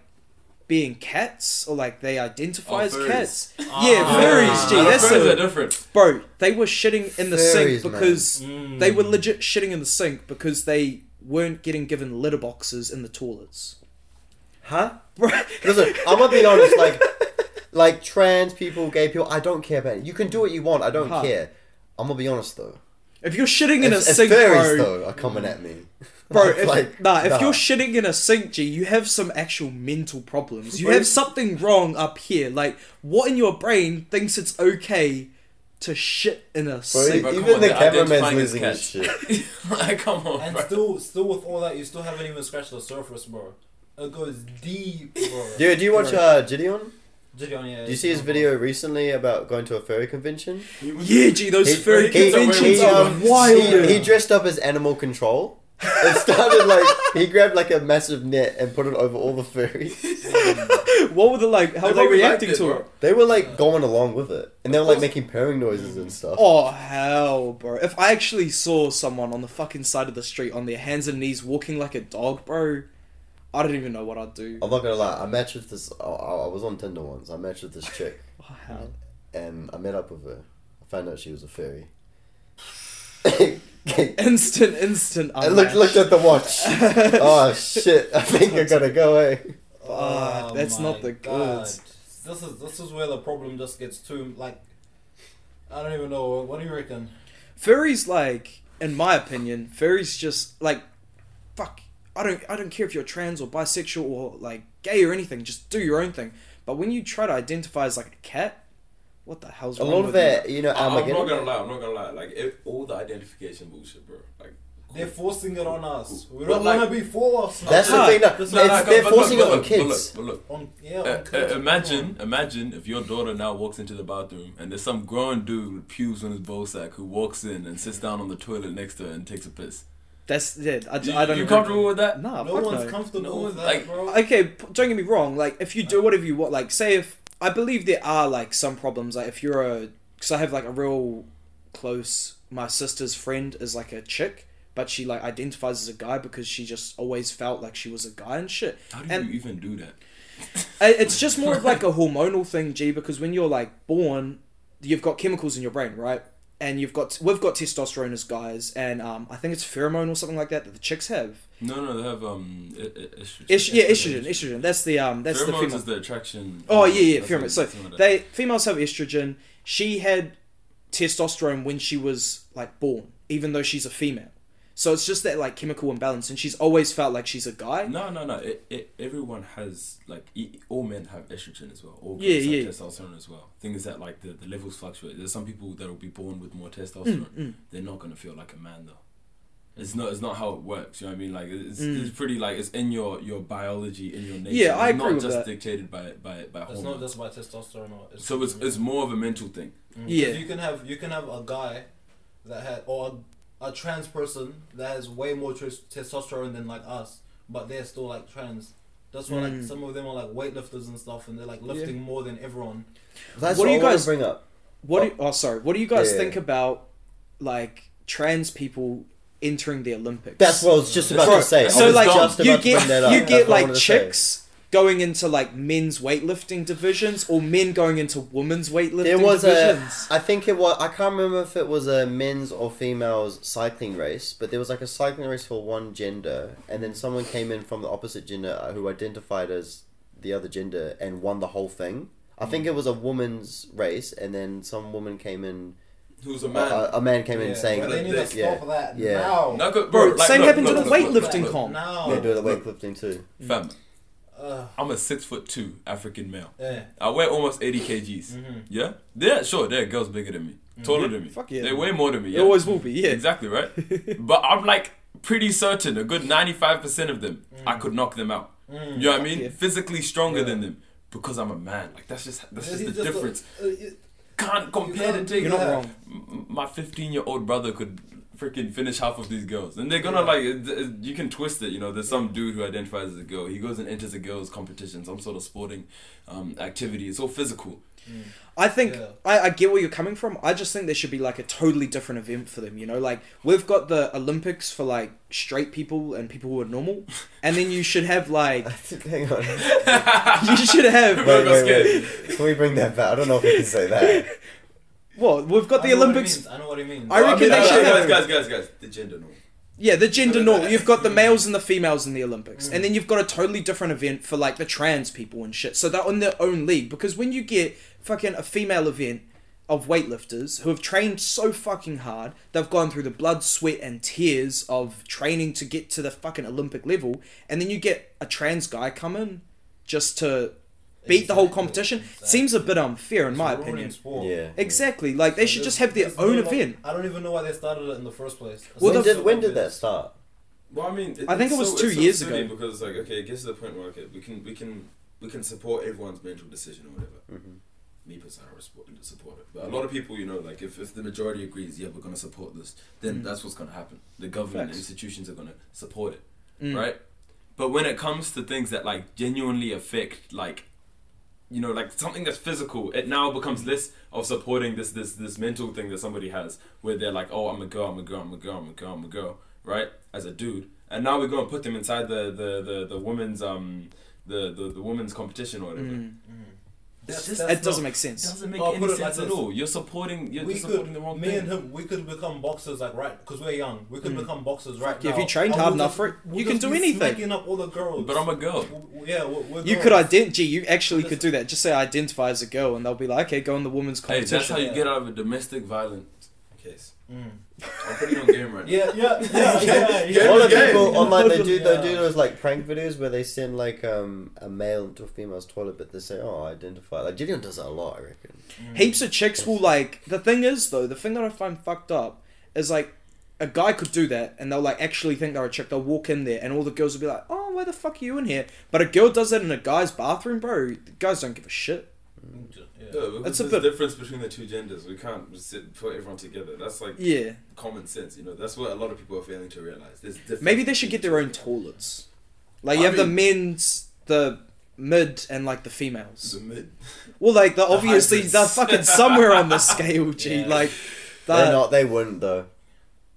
S1: being cats, or like they identify
S3: Oh,
S1: as
S3: furries.
S1: cats.
S4: Ah.
S1: Yeah, furries,
S3: Nah,
S1: gee,
S3: the
S1: that's
S3: furries
S1: a-
S3: are different.
S1: Bro, they were shitting in the
S2: Fairies,
S1: sink because
S4: Mm.
S1: they were legit shitting in the sink because they weren't getting given litter boxes in the toilets.
S2: Huh?
S1: Bro,
S2: Listen, I'm gonna be honest. Like, like trans people, gay people, I don't care about it. You can do what you want. I don't
S1: Huh.
S2: care. I'm gonna be honest though.
S1: if you're shitting in a
S2: If- if
S1: sink, bro,
S2: fairies though are coming at me,
S1: bro,
S2: I'm
S1: if, nah, if
S2: nah.
S1: you're shitting in a sink, G, you have some actual mental problems. You
S2: Bro.
S1: have something wrong up here. Like, what in your brain thinks it's okay to shit in a
S2: Bro,
S1: sink?
S3: Bro, come
S2: even
S3: on,
S2: the
S3: they're
S2: cameraman's
S3: identifying as
S2: losing his shit.
S3: like, come on,
S4: And
S3: bro.
S4: still, still with all that, you still haven't even scratched the surface, bro. It goes deep, bro.
S2: Dude, do you watch
S1: Bro.
S2: uh, Gideon?
S4: Gideon, yeah,
S2: Do you see his video recently about going to a furry convention?
S1: yeah, G, those
S2: He-
S1: furry
S2: he-
S1: conventions
S2: he,
S1: are
S2: um,
S1: wild.
S2: He, he dressed up as animal control. It started like he grabbed like a massive net and put it over all the furries.
S1: what were the like? How were
S3: They
S1: they
S3: probably
S1: reacting
S3: liked it,
S1: to
S3: bro.
S1: it?
S2: They were like going along with it, and they were like
S3: course.
S2: making purring noises and stuff.
S1: Oh hell, bro! If I actually saw someone on the fucking side of the street on their hands and knees walking like a dog, bro, I don't even know what I'd do. Oh,
S2: I'm not gonna lie. I matched with this. I, I I was on Tinder once. I matched with this chick,
S1: Wow.
S2: and I met up with her. I found out she was a fairy.
S1: Instant, instant.
S2: I looked looked at the watch. oh shit! I think I gotta go away.
S1: Fuck, that's
S4: Oh my
S1: not the
S4: God.
S1: goods.
S4: This is this is where the problem just gets too like. I don't even know. What do you reckon?
S1: Furries, like, in my opinion, furries just like, fuck. I don't, I don't care if you're trans or bisexual or like gay or anything. Just do your own thing. But when you try to identify as like a cat, what the hell's
S2: A
S1: wrong
S2: lot of
S1: with
S2: that, you know,
S3: I- I'm
S2: Armageddon.
S3: not gonna lie. I'm not gonna lie. Like if, all the identification bullshit, bro. Like
S4: They're forcing it on us. We
S3: But
S4: don't
S3: like-
S4: want to be forced.
S2: That's the
S1: Nah,
S2: thing. No,
S3: That's
S2: it's,
S3: not like-
S2: they're
S3: but
S2: forcing
S3: look,
S2: it
S3: but
S2: on
S3: look, but
S2: kids.
S3: Look, but look.
S4: On, yeah, on
S3: Uh, uh,
S4: kids,
S3: imagine, imagine if your daughter now walks into the bathroom and there's some grown dude with pubes on his bowl sack who walks in and sits down on the toilet next to her and takes a piss.
S1: That's yeah. I,
S3: You,
S1: I don't.
S3: you
S1: even-
S3: comfortable with that?
S1: Nah,
S4: come on. No
S1: fuck
S4: one's
S1: no.
S4: comfortable
S3: No
S4: with
S3: one's
S4: that,
S3: like-
S4: bro.
S1: okay, p- don't get me wrong. Like, if you do whatever you want, like, say if I believe there are like some problems. Like, if you're a, because I have like a real close. My sister's friend is like a chick, but she like identifies as a guy because she just always felt like she was a guy and shit.
S3: How do
S1: And-
S3: you even do that?
S1: I- It's just more of like a hormonal thing, G. Because when you're like born, you've got chemicals in your brain, right? And you've got we've got testosterone as guys, and um, I think it's pheromone or something like that that the chicks have.
S3: No, no, they have um, I- I- estrogen.
S1: Ish, yeah, estrogen, estrogen. That's the um, that's the
S3: Pheromones
S1: female.
S3: is the attraction.
S1: Oh yeah, yeah,
S3: That's
S1: pheromones.
S3: what-
S1: So
S3: that's what it
S1: they females have estrogen. She had testosterone when she was like born, even though she's a female. So it's just that like chemical imbalance, and she's always felt like she's a guy.
S3: No, no, no. It, it, everyone has like e- all men have estrogen as well. All
S1: Yeah,
S3: girls
S1: yeah.
S3: have testosterone as well. Thing is that like the, the levels fluctuate. There's some people that will be born with more testosterone.
S1: Mm, mm.
S3: They're not gonna feel like a man though. It's not. It's not how it works. You know what I mean? Like it's,
S1: Mm.
S3: it's pretty like it's in your your biology in your nature.
S1: Yeah, I
S3: it's
S1: agree
S3: Not
S1: with
S3: just
S1: that.
S3: dictated by by by
S4: It's not
S3: hormones.
S4: just by testosterone. Or
S3: so it's it's more of a mental thing.
S4: Mm.
S1: Yeah.
S5: You can have you can have a guy that had or a, a trans person that has way more tris- testosterone than like us, but they're still like trans. That's why like
S1: Mm.
S5: some of them are like weightlifters and stuff, and they're like lifting more than everyone.
S2: That's
S1: What
S2: what,
S1: do you
S2: I wanna
S1: guys-
S2: bring up.
S1: What? Do, oh, sorry. What do you guys
S2: Yeah.
S1: think about like trans people entering the Olympics?
S2: That's what I was just about
S1: Bro,
S2: to say. I
S1: So
S2: was
S1: like
S2: just
S1: you
S2: about to bring that
S1: get
S2: up.
S1: you
S2: That's what
S1: get
S2: I
S1: like
S2: wanted to say.
S1: chicks going into like men's weightlifting divisions or men going into women's weightlifting
S2: There was a,
S1: divisions.
S2: I think it was. I can't remember if it was a men's or females cycling race, but there was like a cycling race for one gender, and then someone came in from the opposite gender uh, who identified as the other gender and won the whole thing. I think
S1: Hmm.
S2: it was a woman's race, and then some woman came in.
S3: Who's a
S2: a-
S3: man?
S2: A, a man came in
S5: Yeah,
S2: saying,
S5: but they need to
S2: that- yeah,
S5: stop that
S2: yeah.
S5: now.
S3: No, go-
S1: Bro,
S3: like,
S1: same
S3: look,
S1: happened to
S3: look,
S1: the
S3: look, look,
S1: weightlifting
S3: look.
S1: comp.
S5: Now.
S2: they do the
S3: Look.
S2: weightlifting too.
S3: Fam,
S5: Ugh,
S3: I'm a six foot two African male.
S5: yeah.
S3: I weigh almost 80 kgs.
S4: Mm.
S5: Mhm.
S3: Yeah? Yeah, sure, there are girls bigger than me, taller than me.
S1: Fuck Mm. yeah.
S3: They weigh more than me.
S1: It
S3: Yeah?
S1: always will be. Yeah.
S3: Exactly, right? but I'm like pretty certain a good 95% of them, I could knock them out. You know what I mean?
S1: Mm. Yeah.
S3: Physically stronger
S5: Yeah.
S3: than them because I'm a man. Like, that's just that's just
S5: It's
S3: the
S5: just a-
S3: difference.
S5: uh, it-
S3: Can't compare the
S5: can't
S3: two.
S5: do
S1: You're not
S5: Yeah.
S1: wrong.
S3: M- My 15 year old brother could freaking finish half of these girls. And they're gonna, like, it- it- you can twist it. You know, there's some dude who identifies as a girl. He goes and enters a girls' competition, some sort of sporting um, activity. It's all physical.
S1: I think
S5: Yeah.
S1: I, I get where you're coming from. I just think there should be like a totally different event for them. You know, like we've got the Olympics for like straight people and people who are normal, and then you should have like
S2: Hang on.
S1: you should have
S3: Bro, I
S2: Wait,
S3: got
S2: wait, wait. Can we bring that back? I don't know if we can say that.
S1: what we've got
S5: I
S1: the
S5: know what it
S1: Olympics.
S5: means, I know what it means.
S1: I reckon they
S3: guys,
S1: should
S3: guys,
S1: have-
S3: guys, guys, guys, the gender norm.
S1: Yeah, the gender
S3: No, no, no.
S1: norm. You've got the males and the females in the Olympics,
S5: Mm.
S1: and then you've got a totally different event for like the trans people and shit. So they're on their own league because when you get fucking a female event of weightlifters who have trained so fucking hard, they've gone through the blood, sweat, and tears of training to get to the fucking Olympic level, and then you get a trans guy come in just to beat the whole
S5: Exactly,
S1: competition.
S5: exactly.
S1: Seems a bit unfair in
S5: It's
S1: my
S5: ruining
S1: opinion.
S5: sport.
S2: Yeah.
S1: Exactly, like they should
S5: There's-
S1: just have their
S5: there's no,
S1: own
S5: like-
S1: event.
S5: I don't even know why they started it in the first place. It's
S1: Well,
S2: when
S5: not
S1: the-
S2: did
S5: so
S2: when did that
S5: obvious.
S2: start?
S3: Well, I mean, it,
S1: I think
S3: it's
S1: it was
S3: so,
S1: two
S3: it's so
S1: years
S3: silly
S1: ago.
S3: Because like, okay, it gets to the point where okay, we can we can we can support everyone's mental decision or whatever.
S1: Mm-hmm.
S3: Me personally, I resport- support it, but a lot of people, you know, like if, if the majority agrees, yeah, we're gonna support this, then
S1: Mm.
S3: that's what's gonna happen. The government
S1: Facts.
S3: institutions are gonna support it,
S1: Mm.
S3: right? But when it comes to things that like genuinely affect, like, you know, like something that's physical, it now
S1: Mm.
S3: becomes less of supporting this this this mental thing that somebody has, where they're like, oh, I'm a girl, I'm a girl, I'm a girl, I'm a girl, I'm a girl, right? As a dude, and now we go and put them inside the the the, the women's um the, the the women's competition or whatever.
S1: Mm.
S5: That's-
S3: just-
S5: that's
S1: It doesn't
S5: not-
S1: make sense.
S3: Doesn't make
S5: Well,
S3: any
S5: put it
S3: sense
S5: like
S3: at
S5: this.
S3: all. You're supporting you're
S5: we
S3: just supporting
S5: could,
S3: the wrong
S5: me
S3: thing.
S5: and him, we could become boxers like right because we're young. We
S2: Hmm.
S5: could
S1: Mm.
S5: become boxers right
S1: yeah,
S5: now.
S1: if you trained
S5: And
S1: hard
S5: we'll
S1: enough
S5: just-
S1: for it,
S5: we'll
S1: you can
S5: just
S1: do
S5: be
S1: anything.
S5: smacking up all the girls.
S3: but I'm a girl.
S5: W- yeah, we're, we're
S1: You
S5: girls.
S1: could identify. You actually could
S5: Listen.
S1: do that. Just say identify as a girl, and they'll be like, okay, go in the women's
S3: Hey,
S1: competition.
S3: that's how you
S5: yeah.
S3: get out of a domestic violent case.
S5: Mm.
S3: I'm pretty on game right now.
S5: Yeah, yeah, yeah, yeah.
S2: A
S5: yeah,
S2: lot of
S5: yeah.
S2: people online they do they do
S5: Yeah.
S2: those like prank videos where they send like um a male into a female's toilet, but they say, "Oh, I identify." Like Gideon does that a lot, I reckon.
S3: Mm.
S1: Heaps of chicks will like. The thing is, though, the thing that I find fucked up is like, a guy could do that, and they'll like actually think they're a chick. They'll walk in there, and all the girls will be like, oh, why the fuck are you in here? But a girl does that in a guy's bathroom, bro. The guys don't give a shit.
S5: Mm, Yeah.
S3: No,
S1: It's
S3: because
S1: a
S3: there's
S1: bit-
S3: difference between the two genders. We can't just sit, put everyone together. That's like
S1: Yeah,
S3: common sense, you know. That's what a lot of people are failing to realize. There's difference
S1: maybe they should
S3: between
S1: get their
S3: the
S1: own
S3: two.
S1: toilets. Like you
S3: I
S1: have the
S3: mean-
S1: men's, the mid, and like the females.
S3: The mid-
S1: Well, like they're obviously
S3: hybrids.
S1: they're fucking somewhere on the scale, G.
S5: Yeah.
S1: Like,
S2: They're
S1: they're
S2: not. They wouldn't though.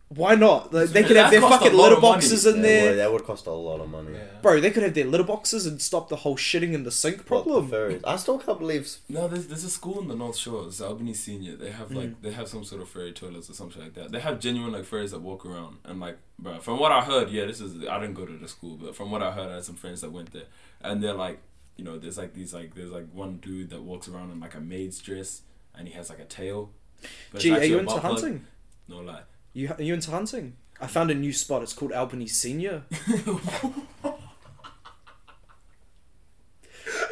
S1: Why not? Like, they
S3: That
S1: could have their
S3: cost a
S1: fucking
S3: lot
S1: litter
S3: of money.
S1: boxes in
S2: That
S1: there.
S2: would, that would cost a lot of money.
S5: Yeah.
S1: Bro, they could have their litter boxes and stop the whole shitting in the sink
S2: What the
S1: problem.
S2: furries- I still can't believe.
S3: No, there's, there's a school in the North Shore. It's Albany Senior. They have like
S1: Mm.
S3: they have some sort of fairy toilets or something like that. They have genuine like fairies that walk around and like, bro. From what I heard, yeah, this is I didn't go to the school, but from what I heard, I had some friends that went there, and they're like, you know, there's like these like there's like one dude that walks around in like a maid's dress and he has like a tail. But it's
S1: Gee, are
S3: actually
S1: you
S3: a
S1: into
S3: butt plug.
S1: hunting?
S3: No lie.
S1: You are you into hunting? I found a new spot. It's called Albany Senior. Bro,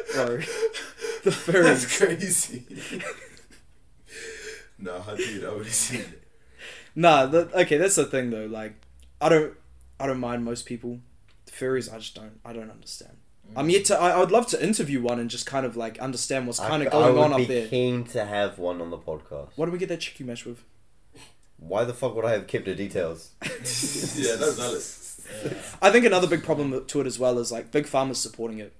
S1: the
S3: That's
S1: ferries.
S3: crazy. nah, dude, I would have seen it.
S1: Nah, that, okay, that's the thing though. Like, I don't, I don't mind most people. The ferries, I just don't, I don't understand. I'm yet to. I, I would love to interview one and just kind of like understand what's kind
S2: I,
S1: of
S2: I
S1: going
S2: would
S1: on
S2: be
S1: up there.
S2: keen to have one on the podcast.
S1: What do we get that chick you match with?
S2: Why the fuck would I have kept the details?
S3: yeah, that's valid.
S1: I think another big problem to it as well is like big pharma's supporting it.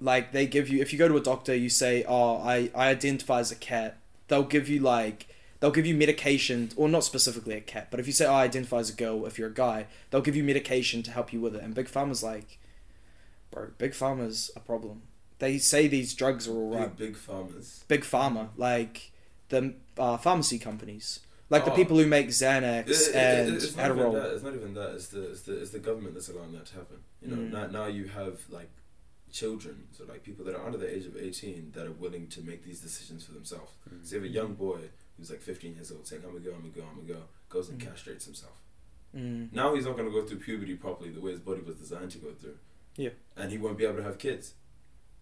S1: Like they give you if you go to a doctor, you say, "Oh, I I identify as a cat." They'll give you like they'll give you medication, or not specifically a cat, but if you say, "Oh, "I identify as a girl," if you're a guy, they'll give you medication to help you with it. And big pharma's like, bro, big pharma's a problem. They say these drugs are all right.
S3: Big, big farmers.
S1: Big pharma, like the uh, pharmacy companies, like the
S3: Oh.
S1: people who make Xanax
S3: It- it-
S1: and
S3: it- it's not even
S1: Adderall.
S3: that. It's not even that. It's the, it's the it's the government that's allowing that to happen. You know,
S1: Mm.
S3: now, now you have like children, so like people that are under the age of eighteen that are willing to make these decisions for themselves.
S1: Mm.
S5: Mm.
S3: So you have a young boy who's like fifteen years old saying, "I'm a girl, I'm a girl, I'm a girl," goes and
S1: Mm.
S3: castrates himself.
S1: Mm.
S3: Now he's not going to go through puberty properly the way his body was designed to go through.
S1: Yeah.
S3: And he won't be able to have kids.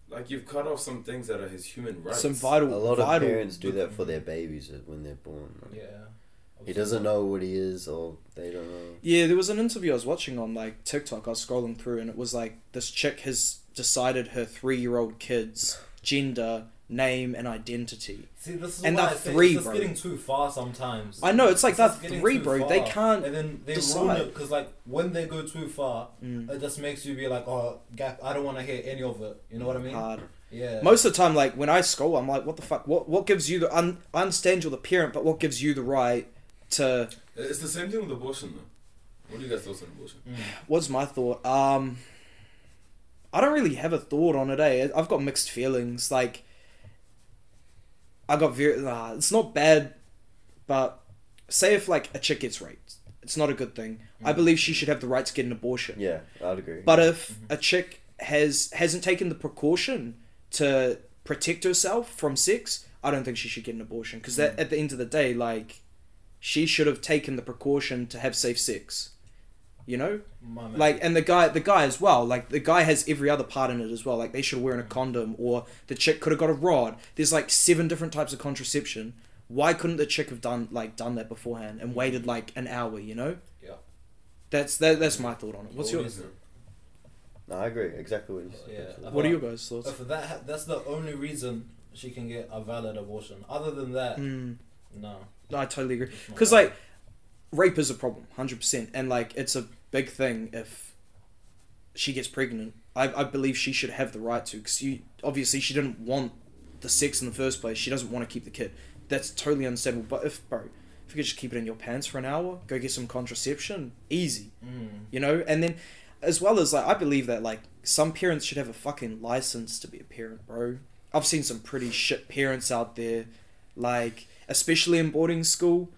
S3: Like you've cut off some things that are his human rights.
S1: Some vital,
S2: A lot of
S1: vital
S2: parents do that for their babies uh, when they're born. like,
S5: Yeah.
S2: He doesn't know what he is, or they don't know.
S1: Yeah, there was an interview I was watching on like TikTok. I was scrolling through, and it was like this chick has decided her three-year-old kid's gender, name, and identity.
S5: See, this is
S1: And
S5: why
S1: that
S5: I say
S1: three,
S5: it's just
S1: bro.
S5: getting too far sometimes.
S1: I know it's like
S5: It's
S1: that
S5: just getting
S1: three,
S5: too
S1: bro. They
S5: far.
S1: can't.
S5: and then they ruin
S1: decide.
S5: it because like when they go too far,
S1: Mm,
S5: it just makes you be like, oh, gap, I don't want to hear any of it. You know what I mean?
S1: hard.
S5: yeah.
S1: Uh, Most of the time, like when I scroll, I'm like, what the fuck? What what gives you the? Un- I understand you're the parent, but what gives you the right to?
S3: It's the same thing with abortion, though. What do you guys thoughts on abortion?
S1: What's my thought? Um, I don't really have a thought on it. Eh? I've got mixed feelings. Like, I got very. Nah, it's not bad, but say if like a chick gets raped, it's not a good thing. I believe she should have the right to get an abortion.
S2: Yeah, I'd agree.
S1: But if a chick has hasn't taken the precaution to protect herself from sex, I don't think she should get an abortion because that at the end of the day, like, she should have taken the precaution to have safe sex. You know
S5: My man.
S1: like and the guy the guy as well like the guy has every other part in it as well like they should have wearing a condom or the chick could have got a rod there's like seven different types of contraception why couldn't the chick have done like done that beforehand and waited like an hour you know
S5: Yeah.
S1: that's that, that's my thought on it what's your
S3: Audience,
S2: no, I agree exactly what you said.
S5: Yeah.
S2: actually.
S1: what are your guys thoughts
S5: If that ha- that's the only reason she can get a valid abortion. Other than that,
S1: mm,
S5: no.
S1: i totally agree
S5: it's not
S1: because
S5: valid.
S1: like rape is a problem 100% and like it's a big thing if she gets pregnant i, I believe she should have the right to because obviously she didn't want the sex in the first place she doesn't want to keep the kid that's totally understandable but if bro if you could just keep it in your pants for an hour go get some contraception easy
S5: Mm.
S1: you know and then as well as like i believe that like some parents should have a fucking license to be a parent bro i've seen some pretty shit parents out there like especially in boarding school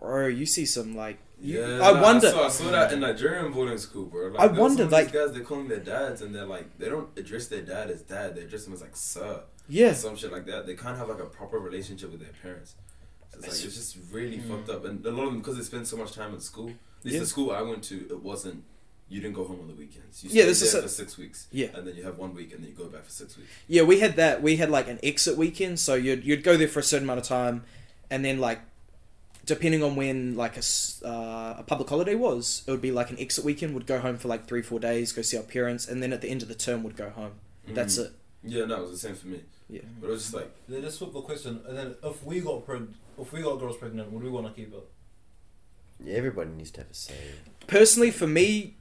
S1: bro you see some like you,
S3: Yeah,
S1: i
S3: nah,
S1: wonder
S3: I saw, I saw that in Nigerian boarding school, bro. Like,
S1: I
S3: there was
S1: wonder,
S3: some of
S1: like-
S3: these guys they're calling their dads, and they're like, they don't address their dad as dad. They address him as like sir, or
S1: yeah
S3: some shit like that. They can't have like a proper relationship with their parents. So it's,
S1: It's-
S3: like, it's just really
S5: Mm.
S3: fucked up, and a lot of them because they spend so much time in school. At least
S1: Yeah.
S3: the school I went to, it wasn't. You didn't go home on the weekends. You
S1: Yeah,
S3: stayed
S1: this is
S3: there
S1: a-
S3: for six weeks.
S1: Yeah.
S3: and then you have one week, and then you go back for six weeks.
S1: yeah we had that we had like an exit weekend so you'd, you'd go there for a certain amount of time and then like depending on when like a, s- uh, a public holiday was it would be like an exit weekend would go home for like three four days go see our parents and then at the end of the term would go home
S3: Mm.
S1: that's it
S3: Mm-hmm. Yeah, no, it was the same for me.
S1: Yeah.
S3: but it was just like
S5: They just flip the question, and then if we got preg- if we got girls pregnant, would we want to keep it?
S2: Yeah, everybody needs to have a say.
S1: personally for me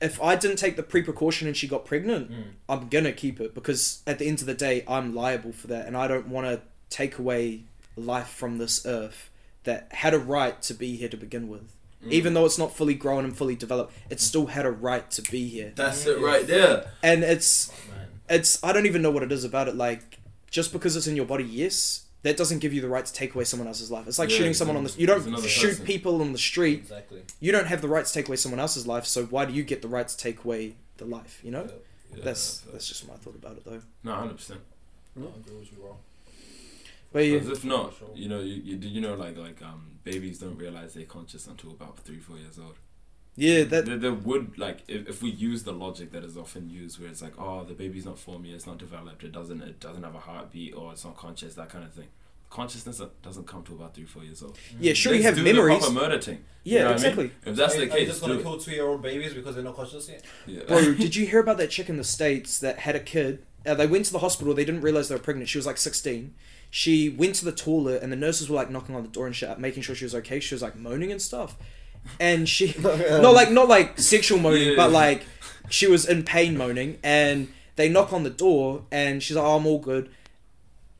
S1: if i didn't take the pre-precaution and she got pregnant
S5: Mm.
S1: i'm gonna keep it because at the end of the day i'm liable for that and i don't want to take away life from this earth that had a right to be here to begin with
S3: mm,
S1: even though it's not fully grown and fully developed it still had a right to be here
S3: that's it right there.
S1: and it's
S5: Man.
S1: it's i don't even know what it is about it like just because it's in your body yes that doesn't give you the right to take away someone else's life it's like
S3: Yeah,
S1: shooting
S3: it's
S1: someone on
S3: an-
S1: the you
S3: it's
S1: don't
S3: another
S1: shoot
S3: person.
S1: people on the street
S5: Exactly.
S1: you don't have the right to take away someone else's life, so why do you get the right to take away the life? You know,
S3: Yeah,
S1: that's
S3: but-
S1: that's just my thought about it, though.
S3: no, hundred percent.
S5: I agree with you, bro.
S1: But yeah,
S3: Because if not,
S5: Sure.
S3: you know, you, you do you know like like um babies don't realize they're conscious until about three four years old.
S1: Yeah, that
S3: there, there would like if, if we use the logic that is often used where it's like oh the baby's not formed yet it's not developed it doesn't it doesn't have a heartbeat or it's not conscious that kind of thing consciousness doesn't come to about three four years old
S1: yeah, sure you
S3: Let's
S1: have
S3: do
S1: memories.
S3: the proper murder thing
S1: yeah,
S3: know what I mean?
S1: exactly.
S3: if that's
S5: are,
S3: the
S5: you- are you
S3: case
S5: just gonna
S3: do it.
S5: kill two year old babies because they're not conscious yet?
S3: Yeah.
S1: Bro, did you hear about that chick in the states that had a kid? Uh, they went to the hospital. They didn't realize they were pregnant. She was like sixteen. She went to the toilet, and the nurses were like knocking on the door and shit, making sure she was okay. She was like moaning and stuff, and she not like not like sexual moaning,
S3: Yeah.
S1: but like she was in pain moaning. And they knock on the door, and she's like, oh, "I'm all good."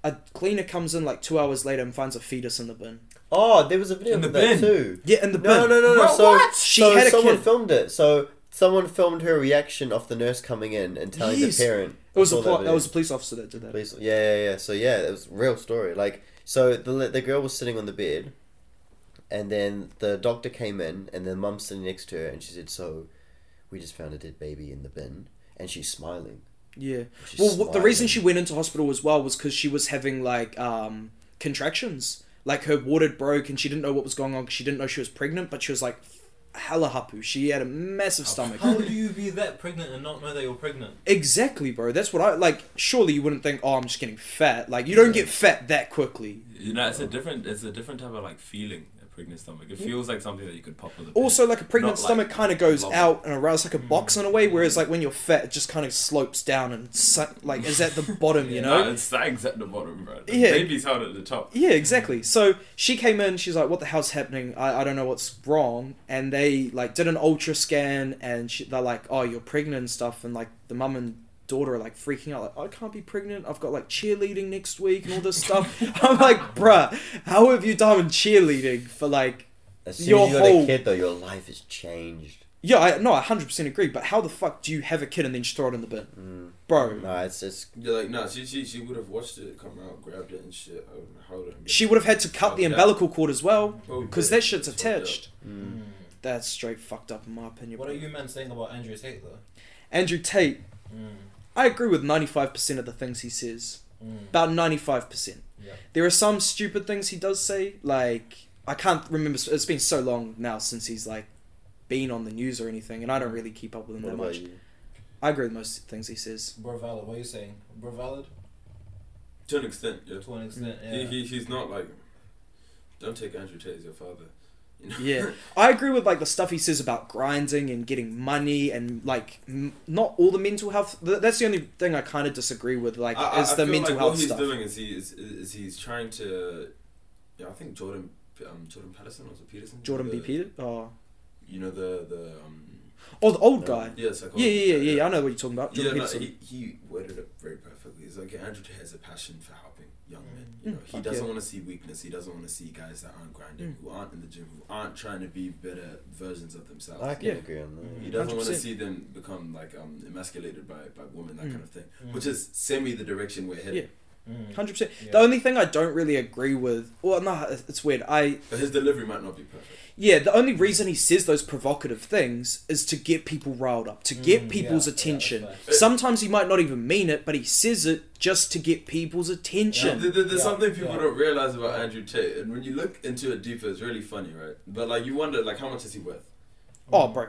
S1: A cleaner comes in like two hours later and finds a fetus in the bin.
S2: Oh, there was a video
S3: In
S2: of
S3: the
S2: that
S3: bin.
S2: too.
S1: Yeah, in the bin.
S2: No, no, no, no.
S3: Bro,
S2: So,
S3: what?
S1: She
S2: so
S1: had a
S2: someone
S1: kid.
S2: filmed it. So someone filmed her reaction of the nurse coming in and telling
S1: Yes.
S2: the parent.
S1: It was
S2: I
S1: a
S2: saw
S1: pol- that
S2: video.
S1: was a police officer that did that.
S2: Police- Yeah, yeah, yeah. So yeah, it was a real story. Like, so the the girl was sitting on the bed, and then the doctor came in, and the mum's sitting next to her, and she said, "So, we just found a dead baby in the bin," and she's smiling.
S1: Yeah.
S2: She's
S1: Well, wh- the reason
S2: smiling.
S1: she went into hospital as well was because she was having like um, contractions. Like her water had broke and she didn't know what was going on 'cause she didn't know she was pregnant, but she was like hella hapu. She had a
S3: Oh,
S1: massive stomach.
S4: How
S1: ache.
S4: do you be that pregnant and not know that you're pregnant?
S1: exactly, bro. That's what I like. Surely you wouldn't think, oh, I'm just getting fat. Like, you don't get fat that quickly.
S3: you know it's a different it's a different type of like feeling a pregnant stomach it feels like something that you could pop with a pin.
S1: Also, like a pregnant
S3: Not like Mm.
S1: stomach kind of goes
S3: lump.
S1: out and around. It's like a box in a way, whereas like when you're fat, it just kind of slopes down and su- like is at the bottom, you know?
S3: no, it sags at the bottom bro the
S1: Yeah.
S3: baby's held at the top
S1: Yeah, exactly. So she came in, she's like, What the hell's happening? I, I don't know what's wrong. And they like did an ultra scan and she, they're like, Oh, you're pregnant and stuff. And like the mum and daughter are like freaking out, like, I can't be pregnant. I've got like cheerleading next week and all this stuff. I'm like, Bruh, how have you done cheerleading for like.
S2: As soon
S1: your
S2: as you got
S1: whole-
S2: a kid, though, your life is changed.
S1: Yeah, I, no, I 100% agree, but how the fuck do you have a kid and then just throw it in the bin? Bro,
S2: No, it's just
S3: you're like no she, she, she would have watched it come out grabbed it and shit hold it
S1: she would have had to cut the
S3: Okay.
S1: umbilical cord as well because that shit's
S3: It's fucked up.
S1: attached.
S2: mm.
S3: Mm.
S1: That's straight fucked up, in my opinion.
S5: What are
S1: bro.
S5: you men saying about Andrew Tate though?
S1: Andrew Tate,
S5: Mm.
S1: I agree with 95% of the things he says.
S5: Mm.
S1: About 95%.
S5: Yeah.
S1: There are some stupid things he does say, like, I can't remember, it's been so long now since he's, like, been on the news or anything, and I don't really keep up with him
S2: what
S1: that
S2: about
S1: much.
S2: you?
S1: I agree with most of the things he says.
S5: Bro valid, what are you saying? Bro valid
S3: to an extent yeah Mm.
S5: to an extent. Yeah.
S3: He, he, he's not like, don't take Andrew Tate as your father. You know?
S1: Yeah. I agree with, like, the stuff he says about grinding and getting money and, like, m- not all the mental health. th- That's the only thing I kind of disagree with, like,
S3: I, I,
S1: is
S3: I
S1: the
S3: feel
S1: mental
S3: like
S1: health
S3: what he's
S1: stuff.
S3: doing is he is, is he's trying to, yeah, I think Jordan, um, Jordan Patterson or was it Peterson?
S1: Jordan
S3: the,
S1: B. Peter? Oh.
S3: You know the the um,
S1: oh, the old
S2: No.
S1: guy.
S3: yeah, psychologist.
S1: Yeah, yeah, yeah, yeah. I know what you're talking about. Jordan
S3: Yeah, no,
S1: Peterson.
S3: he, he worded it very perfectly. He's like Andrew Tate has a passion for helping young men. You
S1: Mm,
S3: know, he
S1: fuck
S3: doesn't
S1: yeah.
S3: want to see weakness. He doesn't want to see guys that aren't grinding,
S1: Mm.
S3: who aren't in the gym, who aren't trying to be better versions of themselves.
S2: I can
S1: Yeah.
S2: agree on that.
S3: He doesn't want to
S1: 100%.
S3: see them become like um, emasculated by, by women, that
S1: Mm.
S3: kind of thing.
S5: Mm.
S3: Which is semi the direction we're headed.
S5: Mm.
S1: Hundred percent.
S5: Yeah.
S1: The only thing I don't really agree with, well, no, it's weird. I
S3: But his delivery might not be perfect.
S1: yeah, the only reason he says those provocative things is to get people riled up, to get
S5: Mm,
S1: people's
S5: yeah, yeah,
S1: attention.
S5: that's fair.
S1: Sometimes he might not even mean it, but he says it just to get people's attention.
S3: There- there- there's
S5: Yeah,
S3: something people
S5: yeah.
S3: don't realize about Andrew Tate, and when you look into it deeper, it's really funny, right? But like you wonder, like how much is he worth?
S1: Oh, bro.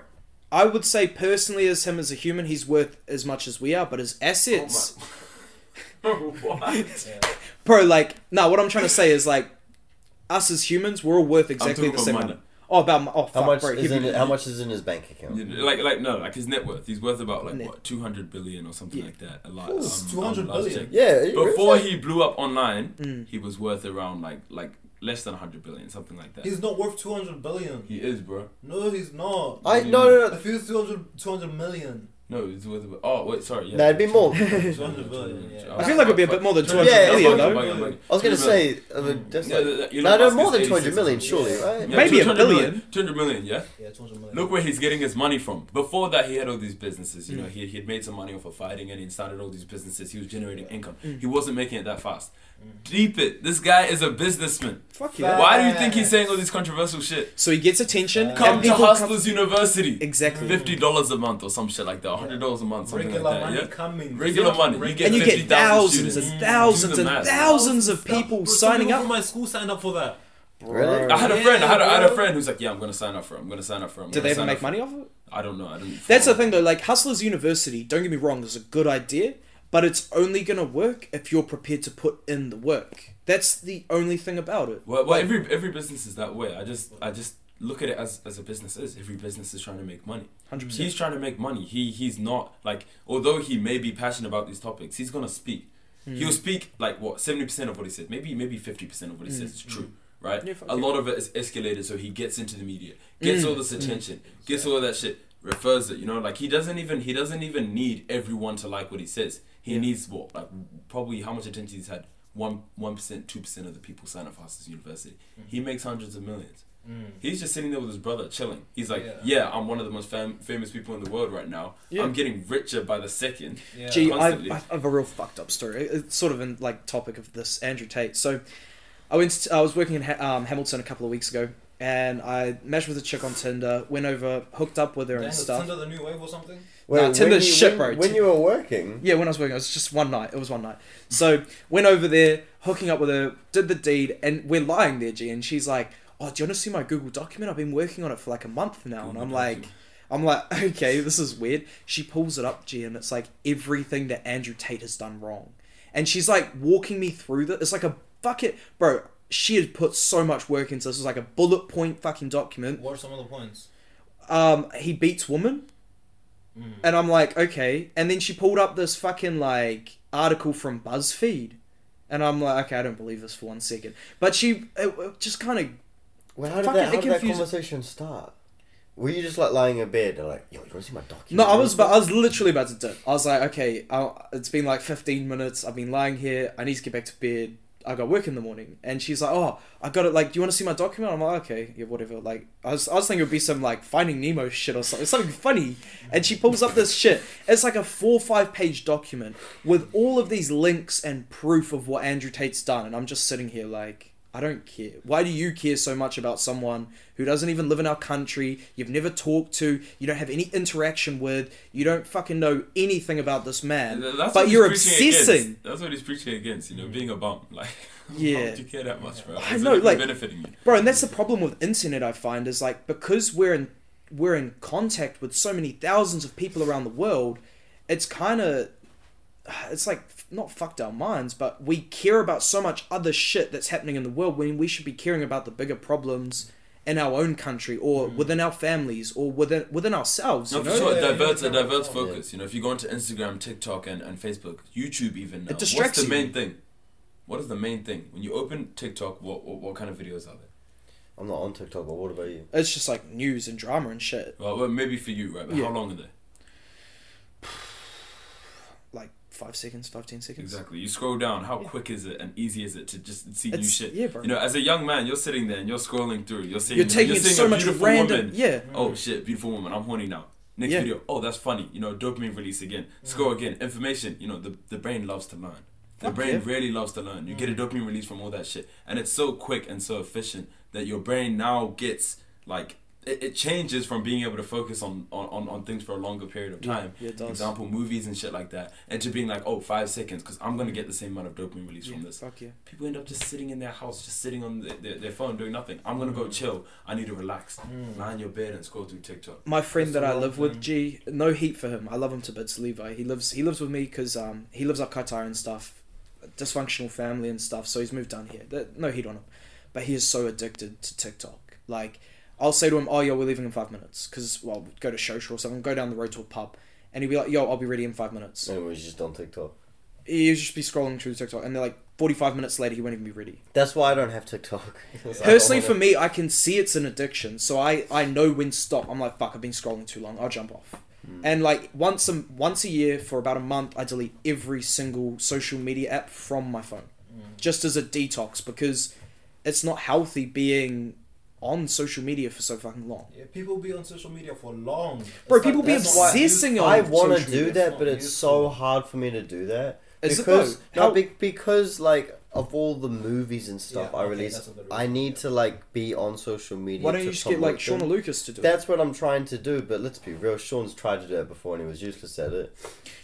S1: I would say personally, as him as a human, he's worth as much as we are, but his assets,
S3: Oh my. what?
S5: Yeah.
S1: bro, like, no, what I'm trying to say is like, us as humans, we're all worth exactly
S3: talking
S1: the
S3: about
S1: same.
S3: money.
S1: amount. Oh, about mo- oh,
S2: How
S1: fuck,
S2: much
S1: bro,
S2: is
S1: give me-
S2: in how much is in his bank account?
S3: You know, Like, like no, like his net worth. He's worth about like
S1: Net.
S3: what, two hundred billion or something
S1: Yeah.
S3: like that. A lot.
S5: Ooh,
S3: um,
S5: 200
S3: last
S5: billion.
S3: check.
S2: Yeah. it-
S3: Before he blew up online,
S1: Mm.
S3: he was worth around like like less than hundred billion, something like that.
S5: He's not worth 200 billion.
S3: he Mm. is, bro.
S5: No, he's not.
S2: I no no no.
S5: If he was 200, 200 million.
S3: No, it's worth. About, oh wait, sorry. Yeah.
S2: No, it'd be more.
S1: I feel like it'd be a bit more than 200
S2: Yeah,
S1: million,
S2: yeah.
S1: though.
S2: I was gonna say, I mean, just like, no, no, more than 200 million, surely,
S5: Yeah.
S2: right?
S1: Yeah. Maybe a billion.
S3: Two hundred million, yeah.
S5: Yeah, 200 million.
S3: Look where he's getting his money from. Before that, he had all these businesses. You know, he he had made some money off of fighting, and he started all these businesses. He was generating income.
S1: Mm.
S3: He wasn't making it that fast. Deep it. This guy is a businessman.
S1: Fuck yeah.
S3: Why do you think he's saying all these controversial shit?
S1: So he gets attention.
S5: Uh,
S3: Come
S1: and
S3: to
S1: people
S3: Hustlers University.
S1: Exactly.
S3: Fifty dollars a month or some shit like that. hundred dollars a month, something
S5: regular
S3: like that.
S5: money
S3: Yeah.
S5: coming.
S3: Regular money. You get
S1: and you get
S3: 50,000
S1: thousands and
S3: students.
S1: thousands
S3: Do the
S1: and
S3: math.
S1: thousands of people
S4: Bro, some
S1: signing
S4: people From
S1: up.
S4: my school signed up for that.
S2: Really?
S3: I had a
S5: Yeah,
S3: friend. I had a, I had a
S5: bro.
S3: friend who's like, yeah, I'm gonna sign up for. it. I'm gonna sign up for. it. I'm
S1: Did
S3: gonna
S1: they ever
S3: sign up
S1: make
S3: for it."
S1: money off it?
S3: I don't know. I didn't.
S1: That's the
S3: follow.
S1: thing though. Like Hustlers University, don't get me wrong, is a good idea, but it's only gonna work if you're prepared to put in the work. That's the only thing about it.
S3: Well, well
S1: Like,
S3: every every business is that way. I just I just look at it as as a business is. Every business is trying to make money.
S1: 100%.
S3: He's trying to make money. He he's not like although he may be passionate about these topics, he's gonna speak.
S1: Hmm.
S3: He'll speak like what seventy percent of what he says, maybe maybe fifty percent of what he says is true, right?
S1: Hmm. Yeah, fuck Hmm.
S3: a
S1: yeah.
S3: lot of it is escalated, so he gets into the media, gets all this attention, gets all that shit, refers it. You know, like he doesn't even he doesn't even need everyone to like what he says. He
S1: Yeah.
S3: needs what like probably how much attention he's had one one percent two percent of the people sign up for Hustlers University.
S1: Hmm.
S3: He makes hundreds of millions.
S5: Mm.
S3: He's just sitting there with his brother chilling. He's like, yeah,
S5: Yeah.
S3: I'm one of the most fam- famous people in the world right now.
S1: Yeah.
S3: I'm getting richer by the second.
S5: Yeah.
S1: Gee, I,
S3: Constantly.
S1: I have a real fucked up story. It- It's sort of in like topic of this Andrew Tate. So, I went. To, I was working in ha- um, Hamilton a couple of weeks ago, and I matched with a chick on Tinder. Went over, hooked up with her
S5: Dang,
S1: and
S5: is
S1: stuff.
S5: Tinder the new wave or something?
S1: Nah, Tinder's
S2: you,
S1: shit,
S2: when,
S1: bro.
S2: When you were working,
S1: Yeah, when I was working, it was just one night. It was one night. So went over there, hooking up with her, did the deed, and we're lying there, G. And she's like, "Oh, do you want to see my Google document? I've been working on it for like a month now." And I'm like, "I'm like, okay, this is weird." She pulls it up, G, and it's like everything that Andrew Tate has done wrong, and she's like walking me through that. It's like a bucket, bro. She had put so much work into this. It's like a bullet point fucking document
S5: What are some of the points?
S1: um, he beats woman. And I'm like, okay. And then she pulled up this fucking like article from BuzzFeed, and I'm like, okay, I don't believe this for one second. But she it, it just kind of
S2: well, how did,
S1: Fuck it,
S2: that,
S1: it
S2: how did that
S1: confuses-
S2: conversation start? Were you just like lying in bed and like, yo, you want to see my document?
S1: no, I was about, I was literally about to dip. I was like, okay, i it's been like 15 minutes. I've been lying here. I need to get back to bed. I got work in the morning, and she's like, oh, I got it. Like, do you want to see my document? I'm like, okay, yeah, whatever. Like, I was, I was thinking it would be some like Finding Nemo shit or something, something funny. And she pulls up this shit. It's like a four or five page document with all of these links and proof of what Andrew Tate's done, and I'm just sitting here like. I don't care. Why do you care so much about someone who doesn't even live in our country, you've never talked to, you don't have any interaction with, you don't fucking know anything about this man,
S3: And th- that's what
S1: but
S3: he's
S1: you're
S3: preaching
S1: obsessing?
S3: Against. That's what he's preaching against.
S5: Mm.
S3: You know, being a bum. Like,
S1: Yeah.
S3: why would you care that much, bro?
S1: I
S3: It's
S1: know,
S3: not even
S1: like-
S3: benefiting you.
S1: Bro, and that's the problem with internet I find is like because we're in we're in contact with so many thousands of people around the world, it's kind of it's like f- not fucked our minds, but we care about so much other shit that's happening in the world when we should be caring about the bigger problems in our own country or within our families or within within ourselves.
S3: Mm. No,
S1: You
S3: for
S1: know?
S3: sure. It
S5: Yeah, yeah,
S3: diverts, it
S5: yeah.
S3: diverts
S5: Yeah.
S3: focus. You know, if you go onto Instagram, TikTok, and, and Facebook, YouTube, even now,
S1: distracts
S3: what's the
S1: you.
S3: main thing? What is the main thing when you open TikTok? What what, what kind of videos are there?
S2: I'm not on TikTok, but what about you?
S1: It's just like news and drama and shit.
S3: Well, well maybe for you, right? But
S1: Yeah.
S3: how long are they?
S1: Like five seconds, fifteen seconds.
S3: Exactly. You scroll down. How quick is it and easy is it to just see new
S1: It's-
S3: shit?
S1: yeah, bro.
S3: You know, as a young man, you're sitting there and you're scrolling through. You're seeing.
S1: You're taking
S3: you're
S1: in
S3: seeing
S1: so
S3: a
S1: much
S3: beautiful
S1: random.
S3: Woman.
S1: Yeah.
S3: Oh shit, beautiful woman. I'm horny now. Next
S1: Yeah. Mm.
S3: video. Oh, that's funny. You know, dopamine release again. Scroll again. Information. You know, the the brain loves to learn. The
S1: Fuck
S3: brain
S1: yeah. Mm.
S3: really loves to learn. You get a dopamine release from all that shit, and it's so quick and so efficient that your brain now gets like. It, it changes from being able to focus on, on, on, on things for a longer period of time
S1: yeah, it does.
S3: example movies and shit like that and to being like oh five seconds because i'm gonna get the same amount of dopamine release from this
S1: Fuck yeah.
S3: people end up just sitting in their house just sitting on the, their, their phone doing nothing i'm gonna
S1: Mm.
S3: go chill i need to relax lie in your bed and scroll through tiktok
S1: my friend
S5: That's
S1: that I
S5: the
S1: live
S5: one
S1: with, G, no heat for him. I love him to bits, Levi. He lives he lives with me because um, he lives up Qatar and stuff, dysfunctional family and stuff. So he's moved down here. There- No heat on him, but he is so addicted to TikTok. Like I'll say to him, "Oh, yo, we're leaving in five minutes," because well, we'd go to Shosha or something, go down the road to a pub, and he'd be like, "Yo, I'll be ready in five minutes."
S2: No, it was just on TikTok.
S1: He'd just be scrolling through TikTok, and they're like, 45 minutes later, he won't even be ready.
S2: That's why I don't have TikTok. It's like,
S1: Personally,
S2: oh,
S1: for me, I can see it's an addiction, so I I know when stop. I'm like, fuck, I've been scrolling too long. I'll jump off.
S2: Hmm.
S1: And like once a once a year for about a month, I delete every single social media app from my phone,
S2: Hmm.
S1: just as a detox because it's not healthy being on social media for so fucking long.
S5: Yeah, people be on social media for long.
S1: Bro,
S5: It's
S1: people be
S5: that's why-
S1: obsessing on-
S2: I want to
S1: social media
S2: do
S1: is
S2: that,
S5: not
S2: but it's so
S5: useful.
S2: hard for me to do that
S1: Is it
S2: because
S1: though? How-
S2: no, be, because like of all the movies and stuff
S5: Yeah,
S2: I
S5: okay,
S2: release,
S5: that's what the
S2: I
S5: reason,
S2: need
S5: yeah.
S2: to like be on social media.
S1: Why don't
S2: to
S1: you just get like
S2: promote them.
S1: Shauna Lucas to do it?
S2: That's what I'm trying to do, but let's be real. Sean's tried to do it before and he was useless at it.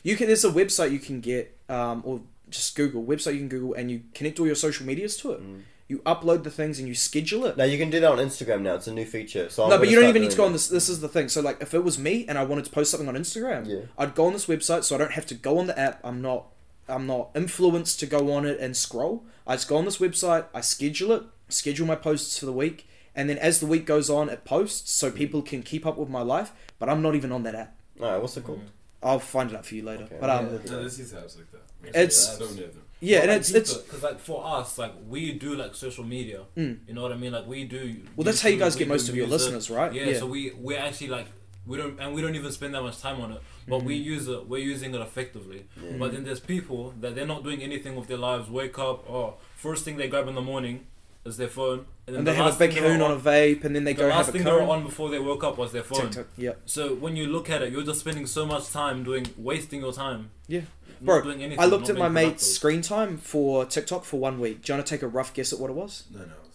S1: You can. There's a website you can get, um, or just Google website you can Google and you connect all your social medias to
S2: Hmm.
S1: it. You upload the things and you schedule it.
S2: Now you can do that on Instagram now. It's a new feature. So I'm
S1: no,
S2: gonna
S1: but you don't
S2: start
S1: even need to
S2: doing
S1: go on
S2: that.
S1: this. This is the thing. So, like, if it was me and I wanted to post something on Instagram,
S2: Yeah.
S1: I'd go on this website, so I don't have to go on the app. I'm not, I'm not influenced to go on it and scroll. I just go on this website. I schedule it, schedule my posts for the week, and then as the week goes on, it posts so people can keep up with my life. But I'm not even on Mm. that app.
S2: Alright, what's it called?
S1: I'll find it out for you later.
S2: Okay.
S1: But um,
S5: Yeah.
S3: No, this is apps like that.
S1: It's-
S3: so many of them.
S1: yeah, and it's it's
S4: because like for us, like we do like social media.
S1: Mm.
S4: You know what I mean? Like we do.
S1: well, that's how you
S4: YouTube,
S1: guys
S4: we
S1: get
S4: do
S1: most of your
S4: music.
S1: listeners, right?
S4: Yeah, So we we're actually like we don't and we don't even spend that much time on it, but we
S1: Mm-hmm.
S4: use it. We're using it effectively.
S2: Yeah.
S4: But then there's people that they're not doing anything with their lives. Wake up, or first thing they grab in the morning is their phone,
S1: and they
S4: the
S1: have a
S4: last
S1: big
S4: thing they were
S1: hoon on a vape, and then they
S4: the
S1: go
S4: last
S1: have a
S4: thing they were
S1: cone.
S4: on before they woke up was their phone.
S1: TikTok. Yeah,
S4: So when you look at it, you're just spending so much time doing, wasting your time.
S1: Yeah.
S4: not
S1: Bro,
S4: doing anything,
S1: I looked
S4: not
S1: at my
S4: being
S1: mate's
S4: productive.
S1: screen time for TikTok for one week. Do you want to take a rough guess at what it was?
S3: No, no. it's-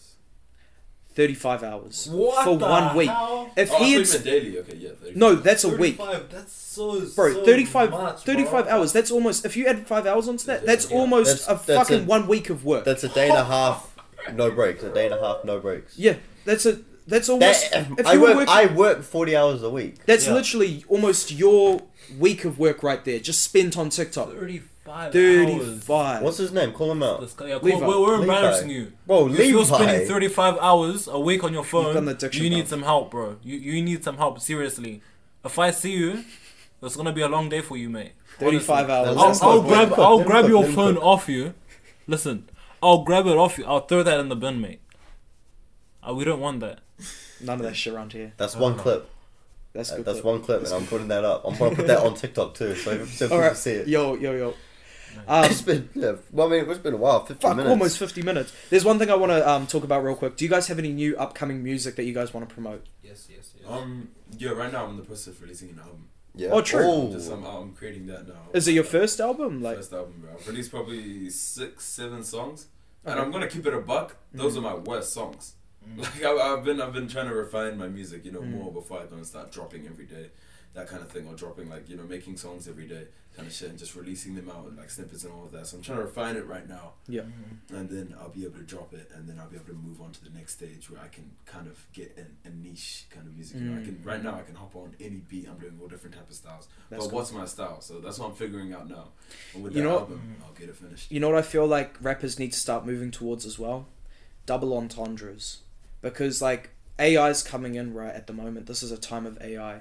S1: 35 hours
S5: What
S1: for
S5: the
S1: one week.
S5: hell?
S1: If
S3: Oh,
S1: he
S3: I thought
S1: had
S3: you meant daily. Okay, yeah. 35.
S1: no, that's a week,
S5: 35, That's so
S1: bro.
S5: so
S1: 35,
S5: much,
S1: 35
S5: bro.
S1: hours. That's almost if you add five hours onto that,
S3: Yeah,
S1: that's
S3: yeah.
S1: almost
S2: That's-
S1: a
S2: that's
S1: fucking
S2: it.
S1: one week of work.
S2: That's a day and a half, no breaks. A day and a half, no breaks.
S1: yeah, that's a that's almost.
S2: That, um,
S1: if you
S2: I
S1: were
S2: work.
S1: working,
S2: I work forty hours a week.
S1: that's
S4: Yeah.
S1: literally almost your week of work right there, just spent on TikTok.
S4: 35 hours.
S1: 35.
S2: What's his name? Call him out,
S4: This guy- yeah,
S1: Levi.
S4: we're, we're
S2: Levi.
S4: embarrassing you.
S2: bro.
S4: If you're spending
S2: Levi.
S4: 35 hours a week on your
S1: done
S4: phone,
S1: the addiction,
S4: you need
S1: bro.
S4: some help, bro. You, you need some help, seriously. If I see you, it's going to be a long day for you, mate.
S1: 35
S4: Honestly.
S1: hours.
S2: I'll-
S1: That's
S4: I'll, I'll
S1: not-
S4: grab,
S2: Cook,
S4: I'll
S2: then
S4: grab
S2: cook,
S4: your
S2: then
S4: phone
S2: cook.
S4: off you. Listen, I'll grab it off you. I'll throw that in the bin, mate. Uh, we don't want that.
S1: None of that shit around here.
S2: That's one clip.
S1: That's
S2: Uh,
S1: good.
S2: That's
S1: though.
S2: one clip, and I'm putting that up. I'm gonna put that on TikTok too, so so people
S1: All right.
S2: see it.
S1: Yo, yo, yo. Um,
S2: It's been yeah, well, I mean, it's been a while. Fifty
S1: Fuck,
S2: minutes.
S1: almost 50 minutes. There's one thing I want to um, talk about real quick. Do you guys have any new upcoming music that you guys want to promote?
S5: Yes, yes, yes.
S3: Um. Yeah. Right now, I'm in the process of releasing an album.
S2: Yeah.
S1: Oh, true.
S2: Ooh.
S3: Just uh, I'm, I'm creating that now.
S1: Is it your first album? Like,
S3: first album, bro? I've released probably six, seven songs, and
S1: Okay.
S3: I'm gonna keep it a buck. Those
S1: Mm.
S3: are my worst songs.
S5: Mm.
S3: Like I, I've been, I've been trying to refine my music, you know,
S1: Mm.
S3: more before I go and start dropping every day, that kind of thing, or dropping like you know, making songs every day, kind of shit, and just releasing them out like snippets and all of that. So I'm trying to refine it right now.
S1: Yeah.
S3: And then I'll be able to drop it, and then I'll be able to move on to the next stage where I can kind of get in a niche kind of music. You know, I can right now I can hop on any beat. I'm doing all different type of styles,
S1: Mm. That's
S3: but
S1: cool.
S3: what's my style? So that's what I'm figuring out now. And with
S1: You
S3: that
S1: know-
S3: album, I'll get it finished.
S1: you know what I feel like rappers need to start moving towards as well? Double entendres. Because, like, AI's coming in right at the moment. This is a time of AI.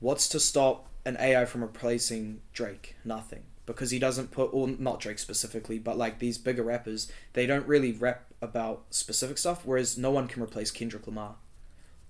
S1: What's to stop an AI from replacing Drake? Nothing. Because he doesn't put, or not Drake specifically, but like these bigger rappers, they don't really rap about specific stuff, whereas no one can replace Kendrick Lamar.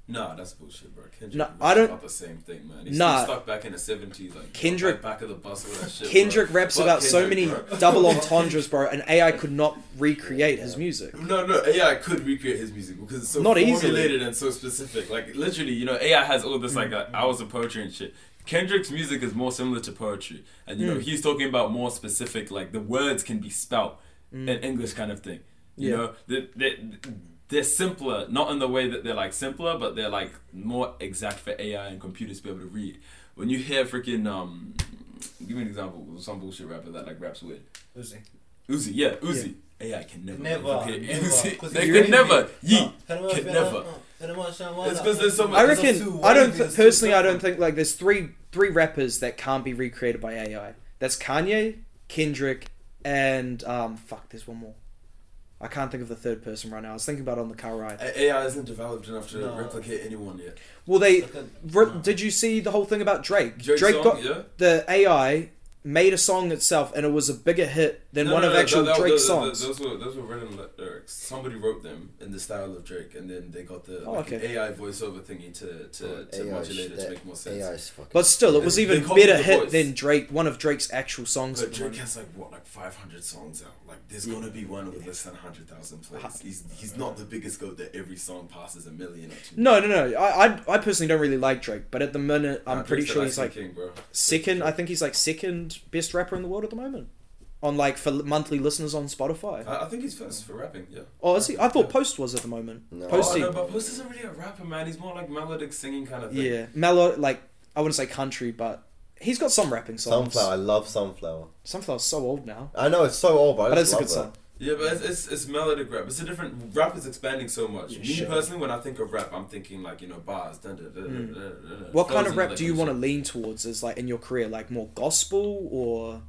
S3: Nah, that's bullshit, bro. Kendrick
S1: Nah,
S3: was
S1: I don't-
S3: about the same thing, man. He's
S1: Nah.
S3: still stuck back in the seventies, like
S1: Kendrick-
S3: like, back of the bus with that shit.
S1: Kendrick
S3: bro.
S1: raps
S3: Fuck
S1: about so many
S3: Kendrick,
S1: double entendres, bro, and AI could not recreate his
S2: Yeah.
S1: music.
S3: bro. No, no, AI could recreate his music because it's so
S1: Not easily.
S3: formulated and so specific. Like literally, you know, AI has all this
S1: Mm.
S3: like uh, hours of poetry and shit. Kendrick's music is more similar to poetry, and you know
S1: Mm.
S3: he's talking about more specific, like the words can be spout in English kind of thing. You
S1: Mm. Yeah.
S3: know, they they they're simpler, not in the way that they're like simpler, but they're like more exact for AI and computers to be able to read. When you hear freaking um, give me an example of some bullshit rapper that like raps weird.
S5: Uzi.
S3: Uzi, yeah, Uzi. AI can never.
S5: Never,
S3: replicate
S5: never,
S3: Uzi.
S5: 'cause
S3: They
S5: you
S3: can
S5: really-
S3: never. Ye
S5: No, can
S3: can
S5: we-
S3: never.
S5: can we- shall we-
S3: It's 'cause there's so much-
S1: I
S3: Because
S5: there's
S1: reckon.
S5: two
S1: I don't
S5: waves,
S1: th-
S5: there's two
S1: personally. I don't
S5: different-
S1: think like there's three three rappers that can't be recreated by AI. That's Kanye, Kendrick, and um fuck. There's one more. I can't think of the third person right now. I was thinking about it on the car ride.
S3: A- AI isn't developed enough to
S5: No.
S3: replicate anyone yet.
S1: Well, they.
S5: Second-
S1: Re-
S5: no.
S1: Did you see the whole thing about Drake?
S3: Drake's
S1: Drake
S3: song,
S1: got
S3: yeah.
S1: the AI made a song itself, and it was a bigger hit than
S3: No,
S1: one
S3: no,
S1: of
S3: no,
S1: actual
S3: that- that-
S1: Drake's
S3: that- that-
S1: songs.
S3: Those were those were written li- lyrics. Somebody wrote them in the style of Drake, and then they got the
S1: Oh,
S3: like, an
S1: okay. Oh,
S3: AI voiceover thingy to to, to
S2: AI
S3: modulate it to
S2: that-
S3: make more sense.
S2: AI is fucking.
S1: But still, it was
S3: They-
S1: even
S3: they copied
S1: better
S3: the
S1: hit
S3: voice.
S1: than Drake, one of Drake's actual songs.
S3: But
S1: at the
S3: Drake
S1: moment.
S3: has like what, like five hundred songs out. Like there's gonna be one with less than hundred thousand plays. He's he's not the biggest goat that every song passes a million. Or two.
S1: No, no, no. I, I, I personally don't really like Drake, but at the minute, I'm
S3: Nah,
S1: pretty
S3: Drake's the
S1: sure he's
S3: Latin
S1: like
S3: king, bro.
S1: second. I think he's like second best rapper in the world at the moment, on like for monthly listeners on Spotify.
S3: I, I think he's first for rapping. Yeah.
S1: Oh, is he? I thought
S3: Uh, Yeah.
S1: Post was at the moment.
S2: No.
S1: Posty,
S3: Oh, no, but Post isn't really a rapper, man. He's more like melodic singing kind of thing.
S1: yeah, mellow. Like I wouldn't say country, but he's got some rapping songs.
S2: Sunflower. I love Sunflower.
S1: Sunflower's so old now,
S2: I know it's so old, but I
S1: but it's
S2: just
S1: a
S2: love
S1: good song.
S3: Yeah, but it's, it's, it's melodic rap. It's a different rap is expanding so much.
S1: Yeah,
S3: Me
S1: sure.
S3: personally, when I think of rap, I'm thinking like you know bars. Dun, dun, dun,
S1: Mm.
S3: dun, dun, dun, dun,
S1: What
S3: flows
S1: kind of
S3: and
S1: rap
S3: that
S1: do you
S3: kind
S1: want
S3: of
S1: to lean towards? Is like in your career, like more gospel or
S3: shit.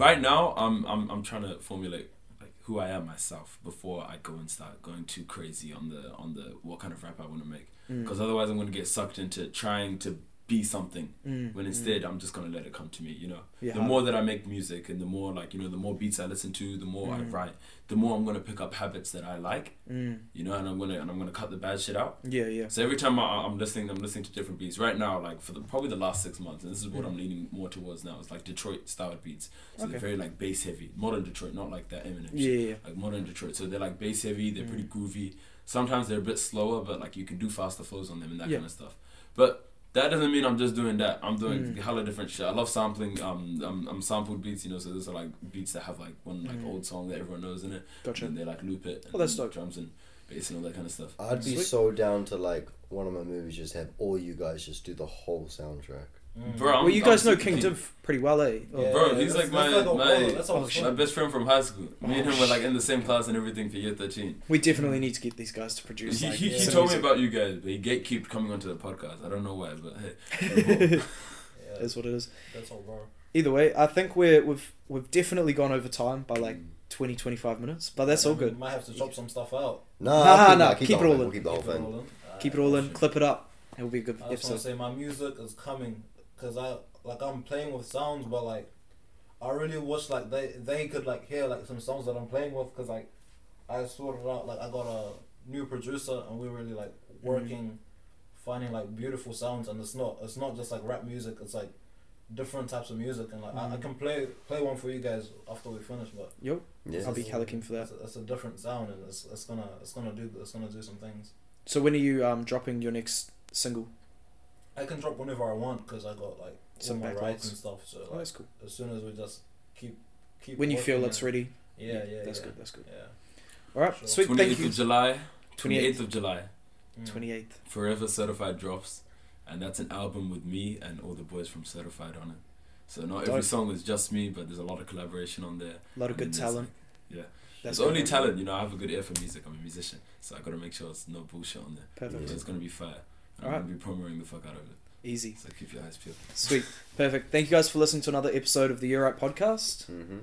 S3: Right now, I'm I'm I'm trying to formulate like who I am myself before I go and start going too crazy on the on the what kind of rap I want to make.
S1: Hmm.
S3: Because otherwise, I'm going to get sucked into trying to be something
S1: Mm,
S3: when instead I'm just going to let it come to me. You know.
S1: yeah,
S3: the more that I make music and the more like you know the more beats I listen to the more I
S1: Mm.
S3: write the more I'm gonna pick up habits that I like
S1: mm,
S3: you know and I'm gonna and I'm gonna cut the bad shit out
S1: yeah, yeah,
S3: so every time I, I'm listening I'm listening to different beats right now like for the probably the last six months and this is what I'm leaning more towards now is like Detroit style beats
S1: Mm.
S3: so
S1: Okay.
S3: they're very like bass heavy modern Detroit not like that Eminem shit.
S1: yeah, yeah.
S3: like modern Detroit so they're like bass heavy they're
S1: Mm.
S3: pretty groovy sometimes they're a bit slower but like you can do faster flows on them and that
S1: Yeah.
S3: kind of stuff but that doesn't mean I'm just doing that. I'm doing
S1: Mm.
S3: hella different shit. I love sampling. Um, I'm, I'm sampled beats, you know. So those are like beats that have like one like
S1: Mm.
S3: old song that everyone knows in it,
S1: Gotcha.
S3: and then they like loop it. And
S1: Oh, that's
S3: then
S1: dope.
S3: Drums and bass and all that kind of stuff.
S2: I'd be
S1: Sweet.
S2: so down to like one of my movies just have all you guys just do the whole soundtrack.
S3: Bro, I'm,
S1: well, you
S3: I'm
S1: guys know
S3: super
S1: King
S3: keen.
S1: Div pretty well, eh? Or-
S5: Yeah,
S3: Bro, he's like
S5: that's-
S3: my-
S5: that's like a-
S3: my-
S5: that's all
S1: Oh,
S5: shit.
S1: shit.
S3: My best friend from high school. Me and
S1: Oh,
S3: him were like in the same class and everything for year thirteen.
S1: We definitely need to get these guys to
S3: He,
S1: produce.
S3: he,
S1: Like,
S3: he
S5: yeah.
S1: some
S3: told me
S1: music.
S3: about you guys, but he gatekept coming onto the podcast. I don't know why, but hey.
S5: Yeah,
S1: is what it is.
S5: that's all, bro.
S1: Either way, I think we're we've we've definitely gone over time by like 20, 25 minutes, but oh, that's all
S5: We
S1: good.
S5: Might have to chop some stuff out.
S2: Nah,
S1: Nah,
S2: keep,
S1: nah,
S2: keep,
S1: keep
S2: the
S1: it
S2: whole
S1: all
S2: thing,
S1: in.
S2: Keep the whole
S5: Keep it
S2: thing.
S5: all in.
S3: Uh,
S1: Keep it all in,
S3: shit.
S1: clip it up. It will be a good
S3: Uh,
S5: I just want to
S1: episode.
S5: say my music is coming because I like I'm playing with sounds, but like I really wish like they they could like hear like some songs that I'm playing with because like I sorted out like I got a new producer and we're really like
S1: Mm-hmm.
S5: working, finding like beautiful sounds and it's not it's not just like rap music. It's like different types of music and like I, I
S1: Mhm.
S5: can play play one for you guys after we finish, but
S1: Yo,
S2: Yeah.
S1: I'll be hella keen for that.
S5: it's a, it's a different sound and it's it's gonna it's gonna do it's gonna do some things.
S1: So when are you um dropping your next single?
S5: I can drop whenever I want because I got like
S1: Some
S5: all my rights
S1: backlogs.
S5: and stuff. So
S1: Oh,
S5: like,
S1: that's cool.
S5: as soon as we just keep keep.
S1: When you feel
S5: working
S1: it's
S5: and-
S1: ready.
S5: Yeah, yeah,
S1: That's
S5: yeah,
S1: good. That's good.
S5: Yeah.
S1: All right,
S5: Sure.
S1: sweet.
S3: Twenty
S1: Thank
S3: eighth
S1: you.
S3: of July. Twenty
S1: 28th.
S3: eighth of July.
S5: Mm.
S1: Twenty eighth.
S3: Forever Certified Drops, and that's an album with me and all the boys from Certified on it. So not every
S1: Dope.
S3: song is just me, but there's a lot of collaboration on there.
S1: A lot of
S3: And then
S1: good
S3: there's,
S1: talent.
S3: like, yeah.
S1: That's
S3: it's only
S1: good.
S3: talent, you know. I have a good ear for music. I'm a musician, so I gotta make sure it's no bullshit on there.
S1: Perfect.
S3: So it's gonna be fire. And I'm
S1: Alright.
S3: gonna be promoting the fuck out of it.
S1: Easy.
S3: So keep your eyes peeled.
S1: Sweet. Perfect. Thank you guys for listening to another episode of the Year Right podcast.
S2: Mm-hmm.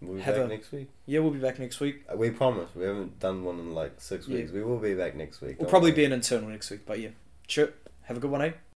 S2: We'll be
S1: Have
S2: back
S1: a-
S2: next week.
S1: Yeah, we'll be back next week.
S2: Uh, We promise. We haven't done one in like six
S1: Yeah.
S2: weeks. We will be back next week.
S1: We'll
S2: don't
S1: probably
S2: worry.
S1: be an internal next week, but yeah. Sure. Have a good one, eh?